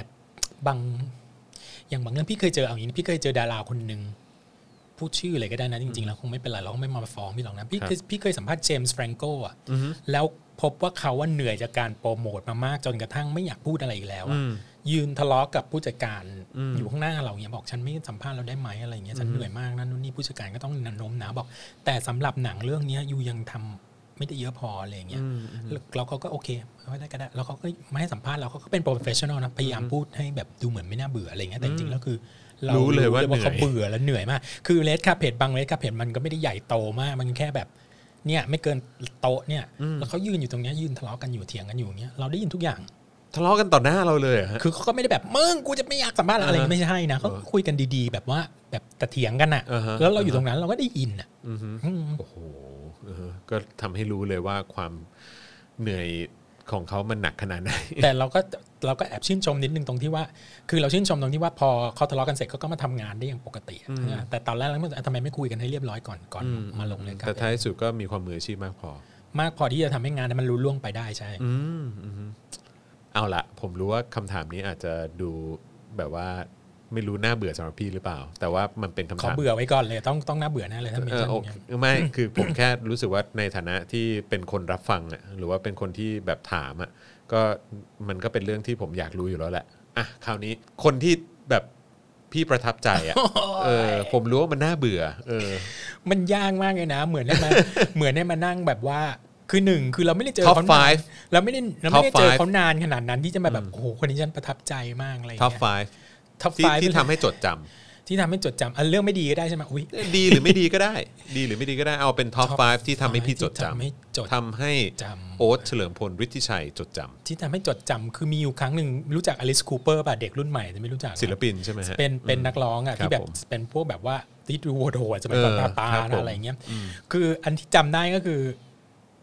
บางอย่างบางเรื่องพี่เคยเจอเอาอย่างนี้พี่เคยเจอดาราคนหนึ่งพูดชื่อเลยก็ได้นะจริงๆแล้วคงไม่เป็นไรเราก็ไม่มาฟ้องพี่หรอกนะพี่เคยพี่เคยสัมภาษณ์เจมส์แฟรงโกอะแล้วพบว่าเขาว่าเหนื่อยจากการโปรโมทมามากจนกระทั่งไม่อยากพูดอะไรอีกแล้วอะยืนทะเลาะกับผู้จัดการอยู่ข้างหน้าเราเนี่ยบอกฉันไม่สัมภาษณ์เราได้ไหมอะไรอย่างเงี้ยฉันเหนื่อยมากนั่นนู่นนี่ผู้จัดการก็ต้องโน้มน้าวบอก แต่สำหรับหนังเรื่องเนี้ยยูยังทำไม่ได้เยอะพออะไรอย่างเงี้ย เราเขาก็โอเคไม่ได้ก็ได้แล้วเขาก็ไม่ให้สัมภาษณ์เราเขาก็เป็นโปรเฟชชั่นอลนะพยายามพูดให้แบบดูเหมือนไม่น่าเบื่ออะไรเงี้ยแต่จริงๆแล้วคือเรา
รู้
รู้
เลยว่า
เขา
เหนื่อย
เบื่อและเหนื่อยมาก คือเลสคาเพจบางเลสคาเพจมันก็ไม่ได้ใหญ่โตมาก มันแค่แบบ เนี่ยไม่เกินโต๊ะเนี่ยแล้วเขายืนอยู่ตรงเนี้ยยืนทะเลาะกันอยู่เถียงกันอยู่อย่างเงี้ยเราได้ยินทุกอย่าง
ทะเลาะกันต่อหน้าเราเลยเหรอฮะ
คือเขาก็ไม่ได้แบบมึงกูจะไม่อยากสัมภาษณ์แล้วอะไร
อ่าฮะ
ไม่ใช่นะเขาคุยกันดีๆ แบบว่าแบบแต่เถียงกันอ่ะ
อ่าฮะ
แล้วเราอยู่ตรงนั้นเราก็ได้ยินอ่ะ
อือฮึ
อืม
โอ้โหเออก็ทำให้รู้เลยว่าความเหนื่อยของเขามันหนักขนาดไห น
แต่เราก็เราก็แอบชื่นชมนิดนึงตรงที่ว่า คือเราชื่นชมตรงที่ว่าพอเขาทะเลาะกันเสร็จเขาก็มาทำงานได้อย่างปกติอะ
อืม
นะแต่ตอนแรกแล้วมันทำไมไม่คุยกันให้เรียบร้อยก่อนก่อนมาลงเลยครั
แต่
บ
ท้ายสุดก็มีความมืออาชีพมากพอ
มากพอที่จะทำให้งานนั้นมันรู้ล่วงไปได้ใช่
อืมอืมเอาละผมรู้ว่าคำถามนี้อาจจะดูแบบว่าไม่รู้น่าเบื่อสำหรับพี่หรือเปล่า แต่ว่ามันเป็นคำ
ขอ
ถาม
เบื่อไว้ก่อนเลยต้องต้องน่าเบื่อแน่เลยถ้ามี
เออ
เรื่อง
โอ
อย่า
เค
งเงี้ย
ไม่คือผมแค่รู้สึกว่าในฐานะที่เป็นคนรับฟังอะหรือว่าเป็นคนที่แบบถามอ่ะก็มันก็เป็นเรื่องที่ผมอยากรู้อยู่แล้วแหละอ่ะคราวนี้คนที่แบบพี่ประทับใจ อ่ะ เออผมรู้ว่ามันน่าเบื่อ เออ
มันยากมากเลยนะ เหมือนได้มา เหมือนได้มานั่งแบบว่าคือหนึ่งคือเราไม่ได้เจอ
top
เขานาน
five
เราไม่ได้เราไม่ได้
Top
เจอ
five
เขานานขนาดนั้นที่จะมาแบบโอ้โหคนนี้ฉันประทับใจมากอะไรอย่าง
top
เงี้ย
five
ท็อป
ที่
ไฟ
ที่ทำให้จดจ
ที่ทำให้จดจำอันเรื่องไม่ดีก็ได้ใช่ไหมอุ้ย
ำดีหรือไม่ดีก็ได้ ดีหรือไม่ดีก็ได้เอาเป็น top
Top
five ที่ทำให้พี่จดจ
ที่ทำให้จด
ำทำให้
จ
โอ๊ตเฉลิมพลฤทธิชัยจดจ
ำที่ทำให้จดจำคือมีอยู่ครั้งหนึ่งรู้จักอลิสคูเปอร์ป่ะเด็กรุ่นใหม่จะไม่รู้จัก
ำศิลปินใช่ไหมฮะ
เป็นเป็นนักร้องอ่ะ
ครับ
ที่แบบ
ผม
เป็นพวกแบบว่าติดโวโดอะจะเป็น
เอ
ตา
อ
ตา
ครับผม
อะไรเงี้ยคืออันที่จำได้ก็คือ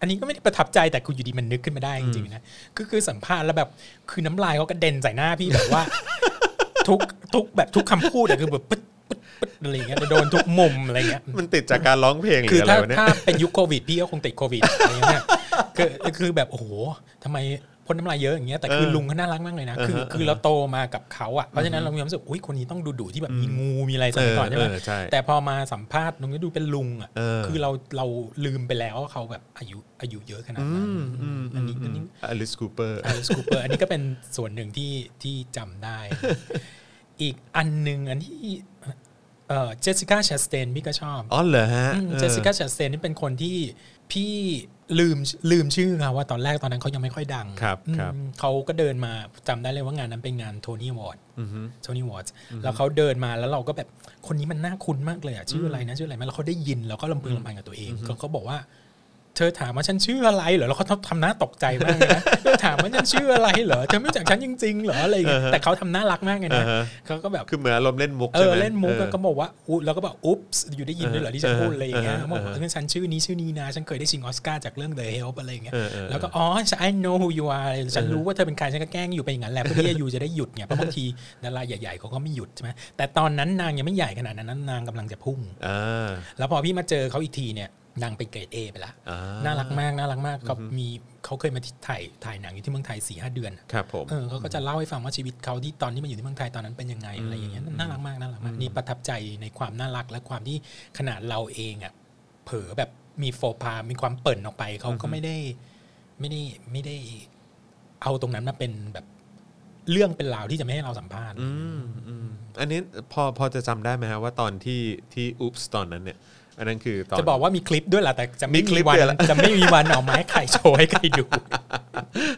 อันนี้ก็ไม่ได้ประทับใจแต่คุณอยู่ดีมันนึกขึ้นมาได้จริงๆนะคือคือสัมภาษณ์แล้วแบบคือน้ำลายเขากระเด็นใส่หน้าพี่แบบว่า ทุกทุกแบบทุกคำพูดอะคือแบบปึ๊ดปึ๊ดปึ๊ดอะไรเงี้ยโดนทุกมุมอะไรเงี้ย
มันติดจากการร้องเพลงหรื
คือ อ
อะ
ถ้าว
ไระเนี่ย
ถ้าเป็นยุคโควิด พี่ก็คงติดโควิด อะไรเงี้ยคือคือแบบ โอ้โหทำไมพ่นน้ำลายเยอะอย่างเงี้ยแต่คือ
เออ
ลุงเขาน่ารักมากเลยนะ คือ
เออเออ
คือเราโตมากับเขาอ่ะเพราะฉะนั้นเรามีความรู้สึกอุ้ยคนนี้ต้องดูดุที่แบบมีงูมีอะไรส
เอ
มัย
อ
ก่อนใช่
เอ
ไหม
อใช่
แต่พอมาสัมภาษณ์ลุงก็ดูเป็นลุงอ่ะ
เออ
คือเราเราลืมไปแล้วว่าเขาแบบอายุอายุเยอะขนาด
อืม
นั้น
อืม
อันนี้อันนี้
อลิสคูเปอร์
อลิสคูเปอร์อันนี้ก็เป็นส่วนหนึ่งที่ที่จำได้ อีกอันหนึ่งอันที่เอ่อเจสสิก้าชสเตนพี่ก็ชอบ
อ๋อเหรอฮะออ
เจสสิก้าชัดเซนนี่เป็นคนที่พี่ลืมลืมชื่อเขาว่าตอนแรกตอนนั้นเขายังไม่ค่อยดัง
ครับ
อืม
ครับ
เขาก็เดินมาจำได้เลยว่างานนั้นเป็นงานโทนี่วอร์ด
อือฮึ
โทนี่วอร์ดแล้วเขาเดินมาแล้วเราก็แบบคนนี้มันน่าคุ้นมากเลยอ่ะชื่ออะไรนะชื่ออะไรไหมแล้วเขาได้ยินแล้วก็ลำพึงลำพันกับตัวเองเขาเขาบอกว่า เธอถามว่าฉันชื่ออะไรเหรอแล้วเขาทำหน้าตกใจมากเลยนะเธอถามว่าฉันชื่ออะไรเหรอเธอไม่รู้จักฉันจริงๆเหรออะไรอย่างเงี้ย
อ่าฮะ
แต่เขาทำน่ารักมากเลย
อ่า
นะ
ฮะ
เขาก็แบบ
คือเหมือนอารมณ์เล่นมุก
เอ
ใช่
อ
ไหม
เล่นมุกแล้วก็บอกว่าอุ๊แล้วก็บอกอุ๊บอยู่ได้ยินด้วยเหรอที่ฉันพูดอะไรอย่างเงี้ย
เออ
บอกว่า
เออ
เออฉันชื่อนี้ชื่อนี้นะ ฉันเคยได้ชิงออสการ์จากเรื่อง The Help อะไรอย่างเงี้ย
เออเออเออ
แล้วก็อ๋อ I know who you are ฉัน
เออ
รู้ว่าเธอเป็นใครฉันก็แกล้งอยู่ไปอย่างนั้นแหละเพื่อที่จะอยู่จะได้หยุดไงเพราะบางทีดาราใหญ่ๆเขาก็ไม่หยุดใช่ไหมแต่ตอนนั้นนางยังไม่ใหญ่ขนาดนั้นนางกำลังจะพุ่ง
อ่า
แล้วพอพี่มาเจอเขาอีกทีเนี่ยนางไปเกรดเอไปละ
อ่า
น่ารักมากน่ารักมากเขามีเขาเคยมาที่ถ่ายถ่ายหนังอยู่ที่เมืองไทยสี่ห้าเดือน
ครับผม
เออเขาก็จะเล่าให้ฟังว่าชีวิตเขาที่ตอนที่มาอยู่ที่เมืองไทยตอนนั้นเป็นยังไงอะไรอย่างเงี้ยน่ารักมากน่ารักมากนี่ประทับใจในความน่ารักและความที่ขนาดเราเองอ่ะเผลอแบบมีโฟพามีความเปิ่นออกไปเขาก็ไม่ได้ไม่ได้ไม่ได้เอาตรงนั้นมาเป็นแบบเรื่องเป็นราวที่จะไม่ให้เราสัมภาษณ์
อืมอืมอันนี้พอพอจะจำได้ไหมฮะว่าตอนที่ที่อุ๊ปส์ตอนนั้นเนี่ย อันนั้นคือตอน
จะบอกว่ามีคลิปด้วยล่ะแต่จะ
มี
ไม่
คลิ
มี
ป
วัน
ด้วยล่ะ
จะไม่มีวันออกมาให้ใครโชว์ให้ใครดู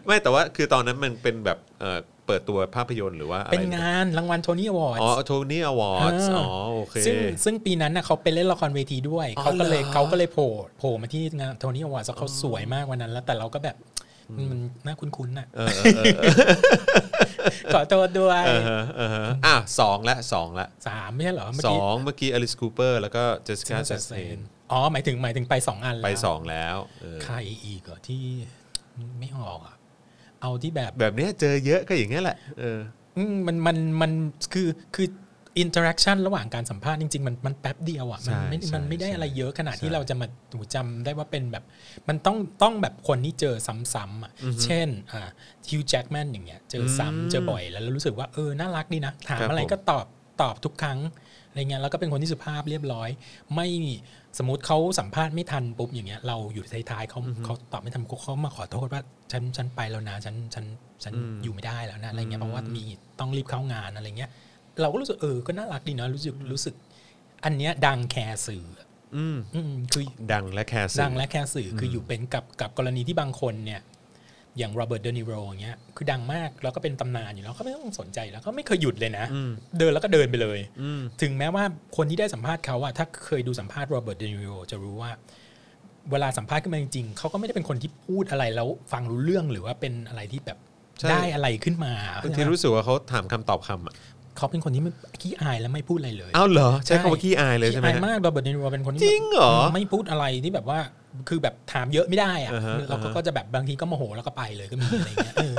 ไม่แต่ว่าคือตอนนั้นมันเป็นแบบเอ่อเปิดตัวภาพยนตร์หรือว่าอะไร
เป็นงานรางวัลโทนี่อวอร์ด
อ๋อโทนี่อวอร์ด
อ่า
อ๋อโอเค
ซึ่งซึ่งปีนั้นน่ะเขาไปเล่นละครเวทีด้วย
อ๋อ
เขาก็เลย
เหรอ
เขาก็เลยโผล่โผล่มาที่งานโทนี่อวอร์ดเขาสวยมากวันนั้นแล้วแต่เราก็แบบมันน่าคุ้นๆน่ะ
เออเออเออ
ขอโทษด้วย
เออเออเออเอออ่ะสองละสองละ
สามไม่ใช่เหรอเมื่อ
ส
กี้
องเมื่อกี้อลิสคูเปอร์แล้วก็เจสสิก้าจัสเซน
อ๋อหมายถึงหมายถึงไปสองอันแล้ว
ไปสองแล้วเออ
ใครอีกเหรอที่ไม่ออกอ่ะเอาที่แบบ
แบบเนี้ยเจอเยอะก็อย่างเงี้ยแหละเออ
อืมมันมันมันคือคืออินเตอร์แอคชั่นระหว่างการสัมภาษณ์จริงๆ มันมันแป๊บเดียวอ่ะมันไม่
ใช่
มันไม่ได้
ใช่
อะไรเยอะขนาด
ใช่
ที่เราจะมาหนูจำได้ว่าเป็นแบบ มันต้องต้องแบบคนที่เจอซ้ำๆอ่ะเช่นอ่าฮิวจ์แจ็กแมนอย่างเงี้ยเจอซ้ำเจอบ่อยแล้วแล้วรู้สึกว่าเออน่ารักดีนะ ถาม
ครับ
อะไร
ผม
ก็ตอบตอบทุกครั้งอะไรเงี้ยแล้วก็เป็นคนที่สุภาพเรียบร้อย ไม่สมมติเขาสัมภาษณ์ไม่ทันปุ๊บอย่างเงี้ยเราอยู่ท้ายๆเขาเขาตอบไม่ทันเขามาขอโทษว่าฉันฉันไปแล้วนะฉันฉันฉัน
อืม
อยู่ไม่ได้แล้วนะอะไรเงี้ยเพราะว่ามีต้องรีบเข้างานอะไรเงี้ย เราก็รู้สึกเออก็น่ารักดีนะรู้สึกรู้สึก อันเนี้ยดังแคร์สื่อ
อืม
อืมคือ
ดังและแคส
ดังและแค่สื่ออคืออยู่เป็นกับกับกรณีที่บางคนเนี่ย อย่างโรเบิร์ตเดนิโรอย่างเงี้ยคือดังมากแล้วก็เป็นตำนานอยู่แล้วก็ไม่ต้องสนใจแล้วก็ไม่เคยหยุดเลยนะ
อืม
เดินแล้วก็เดินไปเลย
อืม
ถึงแม้ว่าคนที่ได้สัมภาษณ์เขาอะถ้าเคยดูสัมภาษณ์โรเบิร์ตเดนิโรจะรู้ว่า เวลาสัมภาษณ์ขึ้นมาจริงๆเขาก็ไม่ได้เป็นคนที่พูดอะไรแล้วฟังรู้เรื่องหรือว่าเป็นอะไรที่แบบ
ใช่
ได้อะไรขึ้นมา
บางทีรู้สึกว่าเขาถามคำตอบคำอ่ะ
เขาเป็นคนที่ไม่ขี้อายและไม่พูดอะไรเลย
เอ้าเหรอ ใช้
ใช่
คำว่าขี้อายเลยใช่ไหม
ขี้
ฮะ
อายมากโรเบิร์ตเดนิโรเป็นคนที่
จริงเหรอ
แบบไม่พูดอะไรที่แบบว่าคือแบบถามเยอะไม่ได้อะ
อ่าฮะ
เราก็
อ่าฮะ
ก็จะแบบบางทีก็โมโหแล้วก็ไปเลยก็มีอะไร เงี้ยเออ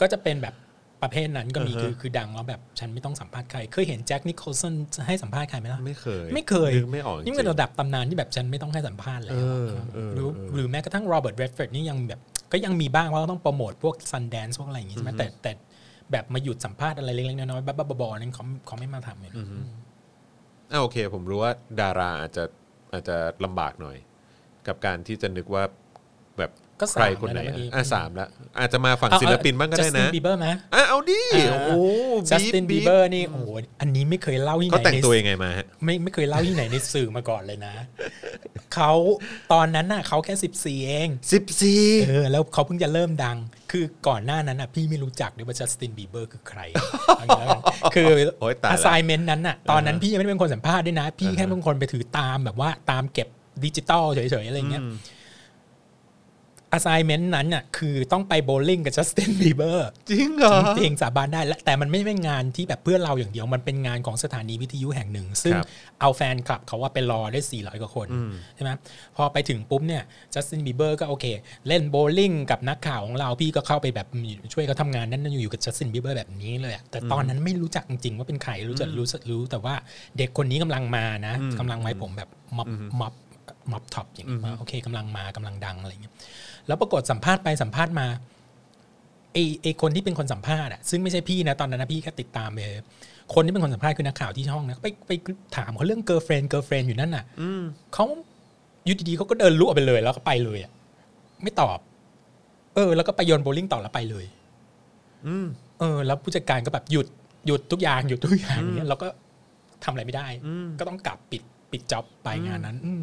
ก็จะเป็นแบบประเภทนั้นก็มี
อ่าฮะ
คือคือดังแล้วแบบฉันไม่ต้องสัมภาษณ์ใคร เคยเห็นแจ็คนิโคลสันให้สัมภาษณ์ใครไหมล่ะ
ไม่เคย
ไม่เคย
นึกไม่ออกจริง
นี่เป็นระดับตำนานที่แบบฉันไม่ต้องให้สัมภาษณ์แล้ว
เออ
อะ
เออ
หรือ
เออ
หรือแม้กระทั่งโรเบิร์ตเรดฟอร์ดนี่ยังแบบก็ยังมีบ้างว่าต้องโปรโมทพวกซันแดนซ์พวกอะไรอย่างงี้ใช่ไหม
อือฮึ
แต่แต่แบบมาหยุดสัมภาษณ์อะไรเล็กๆน้อยๆบ้าๆบอๆนั้นเขาเขาไม่มาทำเลยนะ
อ่าโอเค ผมรู้ว่าดาราอาจจะอาจจะลำบากหน่อย กับการที่จะนึกว่าแบบ
ก็สาม
ใครคนไหน
แล้วนะเมื่อกี้
อ่ะสามแล้วอาจจะมาฝั่งศิลปินบ้างก็ได้
จัสติ
นะ
นบีเบอร์ไหม
อ่ะเอาดิ
อ่า
โอ้โห
จัสตินบี
ฟ
เบอร์นี่โอ้โหอันนี้ไม่เคยเล่าที่ไห
เขา
น
แต่ง
ใน
ตัวยังไงมาฮะ
ไม่ไม่เคยเล่าที่ไหนในสื่อมาก่อนเลยนะ เขาตอนนั้นน่ะเขาแค่สิบสี่เอง
สิบสี่
เออแล้วเขาเพิ่งจะเริ่มดัง คือก่อนหน้านั้นน่ะพี่ไม่รู้จักด้วยว่าจัสตินบีเบอร์คือใคร เอาอย่างนี้แล้วกันคือ
โอ้ยตาย
assignment นั้นน่ะตอนนั้นพี่ยังไม่ได้เป็นคนสัมภาษณ์ด้วยนะ พี่แค่เป็นคนไปถือตามแบบว่าตามเก็บดิจิตอลเฉยๆอะไรเงี้ย assignment นั้นน่ะคือต้องไปโบว์ลิ่งกับจัสตินบีเบอร์
จริงเหรอ
จริงๆสาบานได้และแต่มันไม่ใช่งานที่แบบเพื่อเราอย่างเดียว มันเป็นงานของสถานีวิทยุแห่งหนึ่ง ซึ่ง
ครับ
เอาแฟนคลับเขาว่าไปรอได้ 400 กว่าคนใช่ไหมพอไปถึงปุ๊บเนี่ยจัสตินบีเบอร์ก็โอเค เล่นโบว์ลิ่งกับนักข่าวของเราพี่ก็เข้าไปแบบช่วยเขาทำงานนั่นนั่นอยู่ๆกับจัสตินบีเบอร์แบบนี้เลยอะแต่ตอนนั้นไม่รู้จักจริงๆว่าเป็นใครรู้จักรู้สึกรู้ แต่ว่าเด็กคนนี้กำลังมานะ
อืม
กำลังไว้ผมแบบม็อบม็อบม็อบท็อปอย่างเงี้ยว่าโอเคกำลังมากำลังดังอะไรอย่างเงี้ยแล้วปรากฏสัมภาษณ์ไปสัมภาษณ์มา ไอไอคนที่เป็นคนสัมภาษณ์อะซึ่งไม่ใช่พี่นะตอนนั้นนะพี่แค่ติดตามไปเลยคนที่เป็นคนสัมภาษณ์คือนักข่าวที่ช่องนะไปไปถามเขาเรื่องเกิร์เฟรนเกิร์เฟรนอยู่นั่นน่ะ
อืม
เขาอยู่ดีๆเขาก็เดินลุกออกไปเลย แล้วก็ไปเลยอะไม่ตอบ เออ แล้วก็ไปโยนโบว์ลิ่งต่อแล้วไปเลย
อืม
เออ แล้วผู้จัดการก็แบบหยุดหยุดทุกอย่างหยุดทุกอย่างอย่างเนี้ยเราก็ทำอะไรไม่ได้
อืม
ก็ต้องกลับปิดปิดจ็อบไปงานนั้น อืม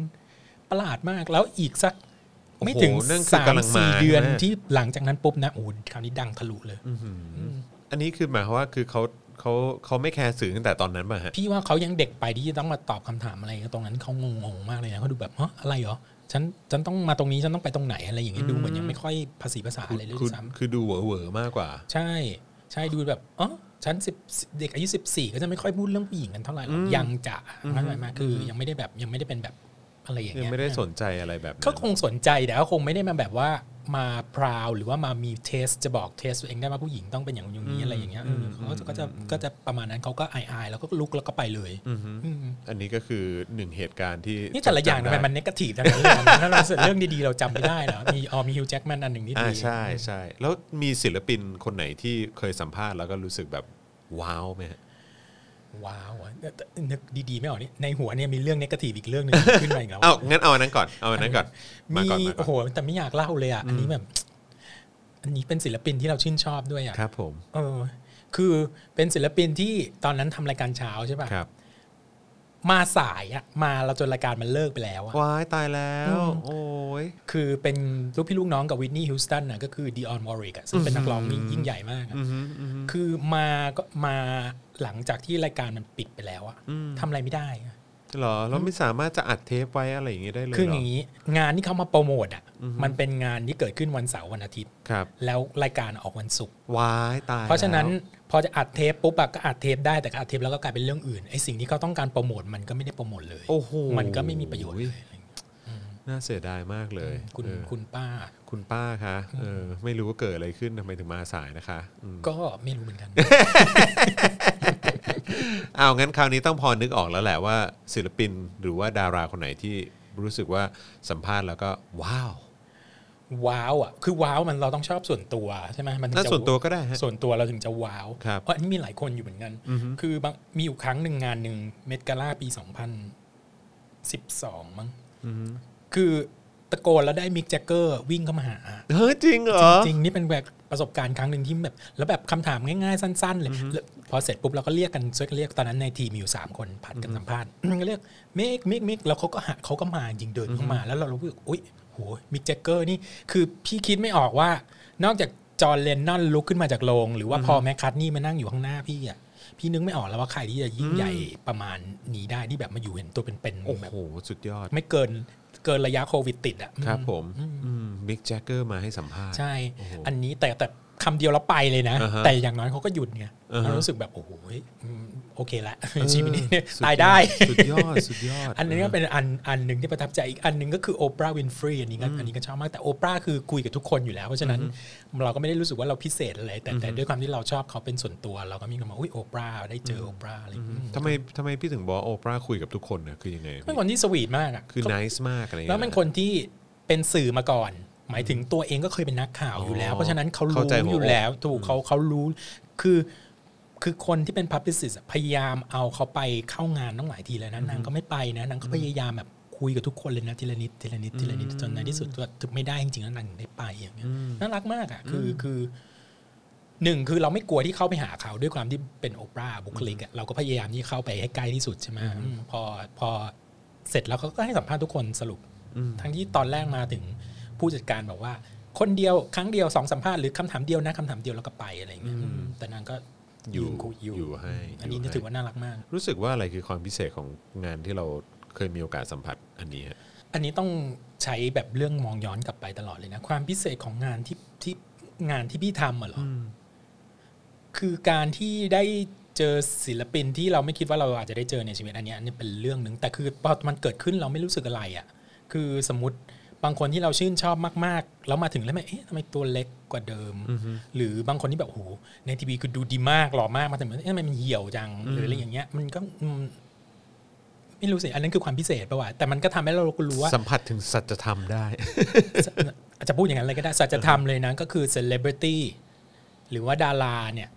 ประหลาดมากแล้วอีกสัก ไม่ถึง
โอ้โหนั่นคือ
สาม
กำลังมา
สี่เดือน
ใช่ไหม
ที่หลังจากนั้นปุ๊บนะโอ้โหคราวนี้ดังทะลุเลย
อื้อหือออันนี้คือหมายความว่าคือเขาเขาเขาไม่แคร์สื่อตั้งแต่ตอนนั้นป่ะฮะ
พี่ว่าเขายังเด็กไปที่จะต้องมาตอบคำถามอะไรตรงนั้นเขางงๆมากเลยนะเขาดูแบบฮะอะไรเหรอฉันฉันต้องมาตรงนี้ฉันต้องไปตรงไหนอะไรอย่างเงี้ยดูเหมือนยังไม่ค่อยภาษีภาษาอะไรเลย
คื
ด้วยซ้
คือดูเหวอเหวอๆมากกว่า
ำใช่ ใช่ดูแบบอ๋อฉันสิบเด็กอายุสิบสี่ก็จะไม่ค่อยพูดเรื่องผู้หญิงกันเท่าไหร่หรอก
อืม
ยังจะ
อืม
เข้าใจไหม
อืม
คือยังไม่ได้แบบยังไม่ได้เป็นแบบอะไรอย่า
ยัง
งเงี้ย
ไม่ได้สนใจอะไรแบบนั้น
เขาคงสนใจแต่เขาคงไม่ได้มาแบบว่ามาพราวหรือว่ามามีเทสจะบอกเทสตัวเองได้ว่าผู้หญิงต้องเป็นอย่างนู้นอย่างนี้อะไรอย่างเงี้ยเออเขาก็จะก็จะก็จะประมาณนั้นเขาก็อายๆแล้วก็ลุกแล้วก็ไปเลย
อือหือ
อืม
อันนี้ก็คือหนึ่งเหตุการณ์ที่
นี่แต่ละอย่างทำไมมันเนกาทีฟจังเลยอะถ้าเราเรื่องดีๆ เราจำไม่ได้เหรอมีออมีฮิวแจ็คแมนอันหนึ่งที่
อ่า
ดี
ใช่ใช่แล้วมีศิลปินคนไหนที่เคยสัมภาษณ์แล้วก็รู้สึกแบบว้าวไหมฮะ
ว้าวอะแต่นึกดีๆ ไม่ออกนี่ในหัวเนี่ยมีเรื่องเนกาทีฟอีกเรื่องหนึ่ง ขึ้นมาอีกแล้ว
เอ้างั้นเอาอันนั้นก่อนเอาอันนั้นก่อนมา
มี
ก่อนมาก่
โอ้
อน
โหแต่ไม่อยากเล่าเลยอ่ะอันนี้แบบ อันนี้เป็นศิลปินที่เราชื่นชอบด้วยอ่ะ
ครับผม
เออ คือเป็นศิลปินที่ตอนนั้นทำรายการเช้าใช่ป่ะ
ครับ
มาสายอ่ะมาเราจนรายการมันเลิกไปแล้วอ่ะ
ว้ายตายแล้ว
อืม
โอ้ย
คือเป็นลูกพี่ลูกน้องกับวินนี่ฮิวสตันน่ะก็คือดีออนวอริกอ่ะซึ่งเป็นนักร้องนี่ยิ่งใหญ่มากอะ
อือหืออือหือ
คือมาก็มาหลังจากที่รายการมันปิดไปแล้วอะ
อืม
ทำอะไรไม่ได้อะ
เหรอเราไม่สามารถจะอัดเทปไว้อะไรอย่างงี้ได้เลย
คือ
เหร
อย่างนี้งานที่เขามาโปรโมทอะมันเป็นงานที่เกิดขึ้นวันเสาร์วันอาทิตย์
ครับ
แล้วรายการออกวันศุกร์
ว้ายตาย
เพราะฉะนั้น
แล้ว
พอจะอัดเทปปุ๊บอะก็อัดเทปได้แต่ก็อัดเทปแล้วก็กลายเป็นเรื่องอื่นไอ้สิ่งที่เขาต้องการโปรโมทมันก็ไม่ได้โปรโมทเลย
โอ้โห
มันก็ไม่มีประโยชน์เลยอะไรอย่างเงี้ย
น่าเสียดายมากเลย
คุณ
เออ
คุณป้า
คุณป้าคะเออไม่รู้ว่าเกิดอะไรขึ้นทำไมถึงมาสายนะคะอืม
ก็ไม่รู้เหมือนกัน
เอางั้นคราวนี้ต้องพอนึกออกแล้วแหละว่า ศิลปินหรือว่าดาราคนไหนที่รู้สึกว่าสัมภาษณ์แล้วก็ ว้าว
ว้าวอะคือว้าวมันเราต้องชอบส่วนตัวใช่ไหมมันถึง
น่า
จะ
ส่วนตัวก็ได้ฮะ
ส่วนตัวเราถึงจะว้าว
ครับ
เพราะอันนี้มีหลายคนอยู่เหมือนกัน คือบางมีอยู่ครั้งหนึ่งงานหนึ่งเมดกาล่าปี 2012 มั้ง
อือฮึ
คือตะโกนแล้วได้มิกแจ็คเกอร์วิ่งเข้ามาหา
เฮ้ยจริงเหรอ
จริงๆนี่เป็นแบบประสบการณ์ครั้งหนึ่งที่แบบ แล้วแบบคำถามง่ายๆ สั้นๆเลยแล้วพอเสร็จปุ๊บเราก็เรียกกันช่วยกันเรียกตอนนั้นในทีมมีอยู่ 3 คนผัดกันสัมภาษณ์ เรียกมิกมิกมิกแล้วเขาก็หาเขาก็มาจริงเดินเข้ามา แล้วเรารู้สึกอุ้ยโหมิกแจ็คเกอร์นี่คือพี่คิดไม่ออกว่า นอกจากจอร์นเลนนอนลุกขึ้นมาจากโรง หรือว่าพอแมคคัตนี่มานั่งอยู่ข้างหน้าพี่อ่ะพี่นึกไม่ออกแล้วว่าใครที่จะยิ่งใหญ่ประมาณนี้ได้ที่แบบมาอยู่เห็นตัวเป็นๆ
โอ้
แบบ
โห สุดยอด
ไม่เกิน เกินระยะโควิดติดอ่ะ
ครับผมมิกแจ็คเกอร์มาให้สัมภาษณ์
ใช่
โอ้โห
อันนี้แต่แต่คำเดียวแล้วไปเลยนะ
อ่าฮะ
แต่อย่างน้อยเขาก็หยุดไง
อ่าฮะ
เรารู้สึกแบบ โอ้โหอืมโอเคละ
เออ
ชีวิตนี้เนี่ย
สุยอ
ตายได้
สุดยอด สุดยอด
อันนี้ก็เป็นอันอันหนึ่งที่ประทับใจอีกอันหนึ่งก็คือโอปราห์วินฟรีอันนี้ก็อันนี้ก็ชอบมากแต่โอปราห์คือคุยกับทุกคนอยู่แล้ว เพราะฉะนั้นเราก็ไม่ได้รู้สึกว่าเราพิเศษอะไรแต่แต่ด้วยความที่เราชอบเขาเป็นส่วนตัว เราก็มีความว่าอุ้ยโอปราห์ได้เจอโอปราห์อะไรอย่างเงี้ย
ทำไมทำไมพี่ถึงบอกว่าโอปราคุยกับทุกคนนะคือยังไง
เป็นคนที่สวีทมากอ่ะ
คือนิสมากอะไรอย่าง
แล้
เงี้
วย เป็นคนที่เป็นสื่อมาก่อน หมายถึงตัวเองก็เคยเป็นนักข่าวอยู่แล้ว เพราะฉะนั้นเขารู้อยู่แล้วถูกเขาเขารู้คือ คือคนที่เป็นพับลิสิสพยายามเอาเขาไปเข้างานตั้งหลายทีแล้วนะนางก็ไม่ไปนะนางก็พยายามแบบคุยกับทุกคนเลยนะทีละนิดทีละนิดทีละนิดจนในที่สุดก็ถึงไม่ได้จริงๆแล้วนางถึงได้ไปอย่างเงี้ยน่ารักมากอ่ะคือคือหนึ่งคือเราไม่กลัวที่เข้าไปหาเขาด้วยความที่เป็นโอปราบุคลิกอะเราก็พยายามที่เข้าไปให้ใกล้ที่สุดใช่ไหมอืมพอพอเสร็จแล้วเขาก็ให้สัมภาษณ์ทุกคนสรุป ทั้งที่ตอนแรกมาถึงผู้จัดการบอกว่า คนเดียวครั้งเดียวสองสัมภาษณ์หรือคำถามเดียวนะคำถามเดียวแล้วก็ไปอะไรอย่างเงี้ยอืมแต่นางก็
อยู่
นคุยอยู่
อยู่ให้
อันนี้
ยู่ให้
ถือว่าน่ารักมาก
รู้สึกว่าอะไรคือความพิเศษของงานที่เราเคยมีโอกาสสัมผัสอันนี้ฮะ
อันนี้ต้องใช้แบบเรื่องมองย้อนกลับไปตลอดเลยนะ ความพิเศษของงานที่ที่งานที่พี่ทำอะเหรออคือการที่ได้เจอศิลปินที่เราไม่คิดว่าเราอาจจะได้เจอในชีวิตอันเนี้ยอันนี้เป็นเรื่องหนึ่งแต่คือพอมันเกิดขึ้นเราไม่รู้สึกอะไรอะ่ะ คือสมมติบางคนที่เราชื่นชอบมากๆแล้วมาถึงแล้วแม่เอ๊ะทำไมตัวเล็กกว่าเดิม หรือบางคนที่แบบโอ้โหในทีวีคือดูดีมากหล่อมากมาถึงเอ๊ะทำไมมันเหี่ยวจังหรืออะไรอย่างเงี้ย มันก็อืมไม่รู้สิอันนั้นคือความพิเศษปะวะแต่มันก็ทำให้เรารู้ว่า
สัมผัสถึงสัจธรรมได้
อาจจะพูดอย่างนั้นเลยก็ได้สัจธรรมเลยนะก็คือ celebrity หรือว่าดาราเนี่ย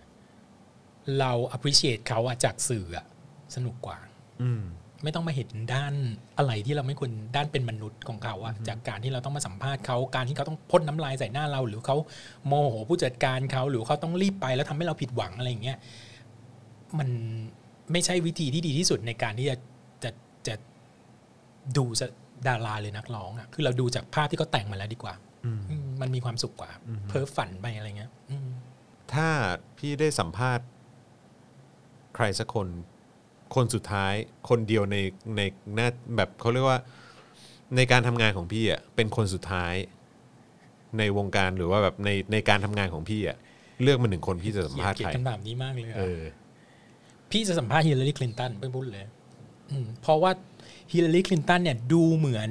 เรา appreciate เขาอะจากสื่ออะสนุกกว่า
อืม
ไม่ต้องมาเห็นด้านอะไรที่เราไม่ควรด้านเป็นมนุษย์ของเขาอะจากการที่เราต้องมาสัมภาษณ์เขาการที่เขาต้องพ่นน้ำลายใส่หน้าเรา หรือเขาโมโหผู้จัดการเขาหรือเขาต้องรีบไปแล้วทำให้เราผิดหวังอะไรอย่างเงี้ยมันไม่ใช่วิธีที่ดีที่สุดในการที่จะจะจะดูจะดาราหรือนักร้องอะคือเราดูจากภาพที่เขาแต่งมาแล้วดีกว่า
อืม
อืมมันมีความสุขกว่า เพ้อฝันไปอะไรเงี้ยอืม
ถ้าพี่ได้สัมภาษณ์ใครสักคน คนสุดท้าย คนเดียวในในหน้าแบบเขาเรียกว่า ในการทำงานของพี่อ่ะเป็นคนสุดท้าย ในวงการหรือว่าแบบในในการทำงานของพี่อ่ะเลือกมาหนึ่งคนพี่จะสัม
เกลีย
ภาษ
ด
ณ์
เกลีย
ใคร
ดคำถามนี้มากเลยอะ
เออ
พี่จะสัมภาษณ์ฮิลลารีคลินตันเพิ่งพูดเลยอืมเพราะว่าฮิลลารีคลินตันเนี่ยดูเหมือน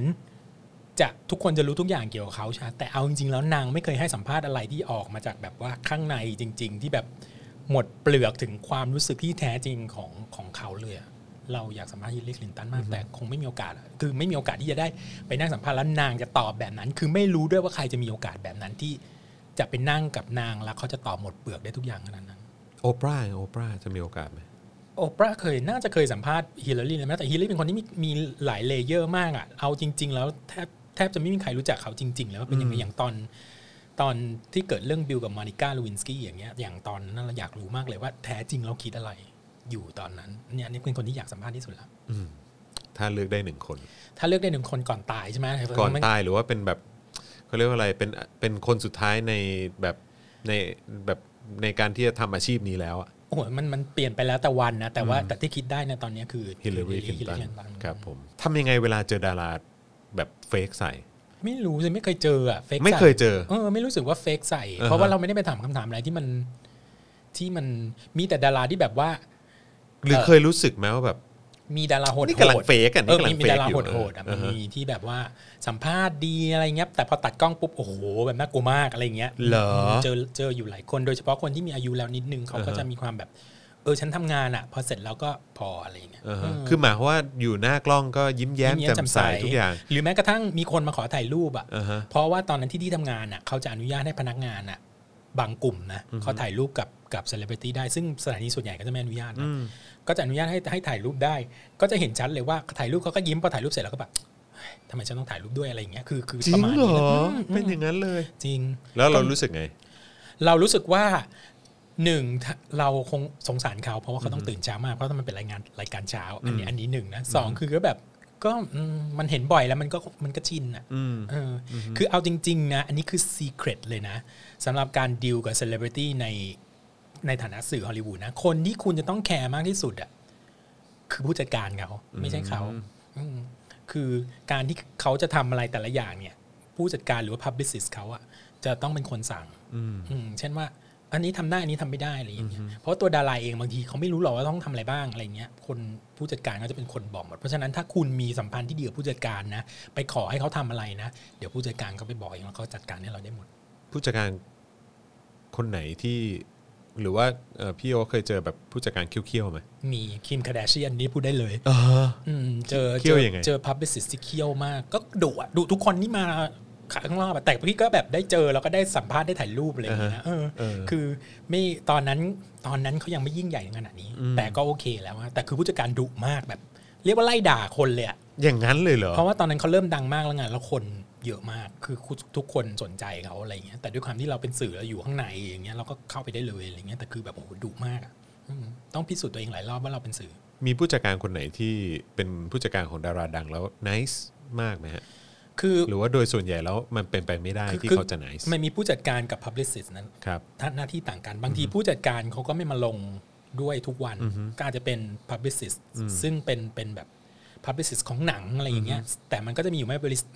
จะทุกคนจะรู้ทุกอย่างเกี่ยวกับเขาใช่ไหมแต่เอาจริงๆ แล้วนางไม่เคยให้สัมภาษณ์อะไรที่ออกมาจากแบบว่าข้างในจริง ๆ ที่แบบหมดเปลือกถึงความรู้สึกที่แท้จริงของของเขาเลยอะเราอยากสัมภาษณ์ฮิลลารีคลินตันมาก แต่คงไม่มีโอกาสอะคือไม่มีโอกาสที่จะได้ไปนั่งสัมภาษณ์แล้วนางจะตอบแบบนั้น คือไม่รู้ด้วยว่าใครจะมีโอกาสแบบนั้นที่จะไปนั่งกับนางแล้วเขาจะตอบหมดเปลือกได้ทุกอย่างขนาดนั้น
โอปราโอปราจะมีโอกาสไหม
โอปราเคยน่าจะเคยสัมภาษณ์ฮิลลารีนะแต่ฮิลลารีเป็นคนที่มีมีหลายเลเยอร์มากอะ่ะเอาจริง ๆ แล้วแทบแทบจะไม่มีใครรู้จักเขาจริง ๆ แล้วว่าเป็นยังไงอย่างตอน ตอนที่เกิดเรื่องบิลกับมอนิก้าลูวินสกี้อย่างเงี้ยอย่างตอนนั้นเราอยากรู้มากเลยว่าแท้จริงเราคิดอะไรอยู่ตอนนั้นเนี่ยอันนี่เป็นคนที่อยากสัมภาษณ์ที่สุดละ
อืม ถ้าเลือกได้หนึ่งคน
ถ้าเลือกได้หนึ่งคนก่อนตายใช่ไหม
ก่อนตายหรือว่าเป็นแบบเขาเรียกว่าอะไรเป็นเป็นคนสุดท้ายในแบบในแบบในการที่จะทำอาชีพนี้แล้วอะ
โอ้โหมันมันเปลี่ยนไปแล้วแต่วันนะแต่ว่าแต่ที่คิดได้นะตอนเนี้ยคือ
ฮิลลารีคลินตัน
ฮิลลา
ครับผมทำยังไงเวลาเจอดาราแบบเฟกใส่
ไม่รู้เลยไม่เคยเจออะเฟก
ไม่เคยเจอ
เออไม่รู้สึกว่าเฟกใส่
อ่าฮะ
เพราะว่าเราไม่ได้ไปถามคำถามอะไรที่มันที่มันมีแต่ดาราที่แบบว่า
หรือ
เอ่อ
เคยรู้สึกไหมว่าแบบ
มีดาราโหด
นี่กำลังเฟกกัน
เออ
นี่กำลั
มี
ง
มี
เฟก
ดารา
อยู่
โหดโหดๆอะมัน
อ่าฮะ
มีที่แบบว่าสัมภาษณ์ดีอะไรเงี้ยแต่พอตัดกล้องปุ๊บโอ้โหแบบน่ากลัวมากอะไรเงี้ย
เหรอ
เจอเจออยู่หลายคนโดยเฉพาะคนที่มีอายุแล้วนิดนึงเขาก็
อ่าฮะ
จะมีความแบบ เออฉันทำงานอะพอเสร็จแล้วก็พออะไรเงี้ย
อ่าฮะ
เ
คือหมายความว่าอยู่หน้ากล้องก็ยิ้มแย้ม
ยิ้มแย้ม
แจ่มใส
แจ่มใส
ทุกอย่าง
หรือแม้กระทั่งมีคนมาขอถ่ายรูปอะ
อ่าฮะ
เพราะว่าตอนนั้นที่ที่ทำงานน่ะเขาจะอนุญาตให้พนักงานน่ะบางกลุ่มนะเขาถ่ายรูปกับกับเซเลบริตี้ได้ซึ่งสถานีส่วนใหญ่ก็จะไม่อนุญาตนะก็จะอนุญาตให้ให้ถ่ายรูปได้ ก็จะเห็นชัดเลยว่าถ่ายรูปเขาก็ยิ้มพอถ่ายรูปเสร็จแล้วก็แบบเฮ้ยทำไมฉันต้องถ่ายรูปด้วยอะไรอย่างเงี้ยคือคือ
จริง
ประมาณ
เหร
นี้
อ
นะมม
เป็นอย่างนั้นเลย
จริง
แล้วเรารู้สึกไง
เรารู้สึกว่าหนึ่งถ้าเราคงสงสารเขาเพราะว่าเขาต้องตื่นเช้ามากเพราะว่ามันเป็นรายงานรายการเช้า อันนี้อันนี้หนึ่งนะสองคือก็แบบก็อืมมันเห็นบ่อยแล้วมันก็มันก็ชินอ่ะ
อืม
เอออคือเอาจริง ๆ นะ อันนี้คือ ซีเครตเลยนะสำหรับการดีลกับเซเลบริตี้ในในฐานะสื่อฮอลลีวูดนะ คนที่คุณจะต้องแคร์มากที่สุดอะคือผู้จัดการเขา ไม่ใช่เขาอืม คือการที่เขาจะทำอะไรแต่ละอย่างเนี่ย ผู้จัดการหรือว่า publicist เขาอะจะต้องเป็นคนสั่ง
อืม
อืมเช่นว่า อันนี้ทำได้อันนี้ทำไม่ได้อะไรอย่างเงี้ยเพราะตัวดาราเองบางทีเขาไม่รู้หรอกว่าต้องทำอะไรบ้างอะไรเงี้ยคนผู้จัดการก็จะเป็นคนบอกหมดเพราะฉะนั้นถ้าคุณมีสัมพันธ์ที่ดีกับผู้จัดการนะ ไปขอให้เขาทำอะไรนะ เดี๋ยวผู้จัดการเขาไปบอกเองแล้วเขาจัดการให้เราได้หมด
ผู้จัดการคนไหนที่ หรือว่าเอ่อพี่โอคเคยเจอแบบผู้จัดการเคี้ยวๆไหม
มีคิมคาเดเชียนนี่พูดได้เลย
เออ
อืมเจอ
เคี่ยวยังไง
เจอพับเบสิสที่เคี่ยวมาก ก็ดุอะดุทุกคนที่มาข้างนอกอะแต่พี่ก็แบบได้เจอแล้วก็ได้สัมภาษณ์ได้ถ่ายรูปอะไรอย่างเงี้ยเออ
เออ
คือไม่ตอนนั้นตอนนั้นเขายังไม่ยิ่งใหญ่ขนาดนี้
อืม
แต่ก็โอเคแล้วอะแต่คือผู้จัดการดุมากแบบ เรียกว่าไล่ด่าคนเลยอะ
อย่างนั้นเลยเหรอ
เพราะว่าตอนนั้นเขาเริ่มดังมากแล้วไงแล้วคนเยอะมากคือทุกคนสนใจเขาอะไรอย่างเงี้ยแต่ด้วยความที่เราเป็นสื่อเราอยู่ข้างในอย่างเงี้ยเราก็เข้าไปได้เลยอะไรเงี้ยแต่คือแบบโอ้โหดุมากอะอืมต้องพิสูจน์ตัวเองหลายรอบว่าเราเป็นสื่อ
มีผู้จัดการคนไหนที่เป็นผู้จัดการของดาราดังแล้วนิสมากไหมฮะ
คือ
หรือว่าโดยส่วนใหญ่แล้วมันเป็นไปไม่ได้
คือ
ที่
คือ
เขาจะนิส
มันมีผู้จัดการกับ publicist นั้น
ครับ
ท่านหน้าที่ต่างกันบางทีผู้จัดการเขาก็ไม่มาลงด้วยทุกวันก็อาจจะเป็น publicist ซึ่งเป็นเป็นแบบ publicist ของหนังอะไรอย่างเงี้ยแต่มันก็จะมีอยู่ไม่บริษัท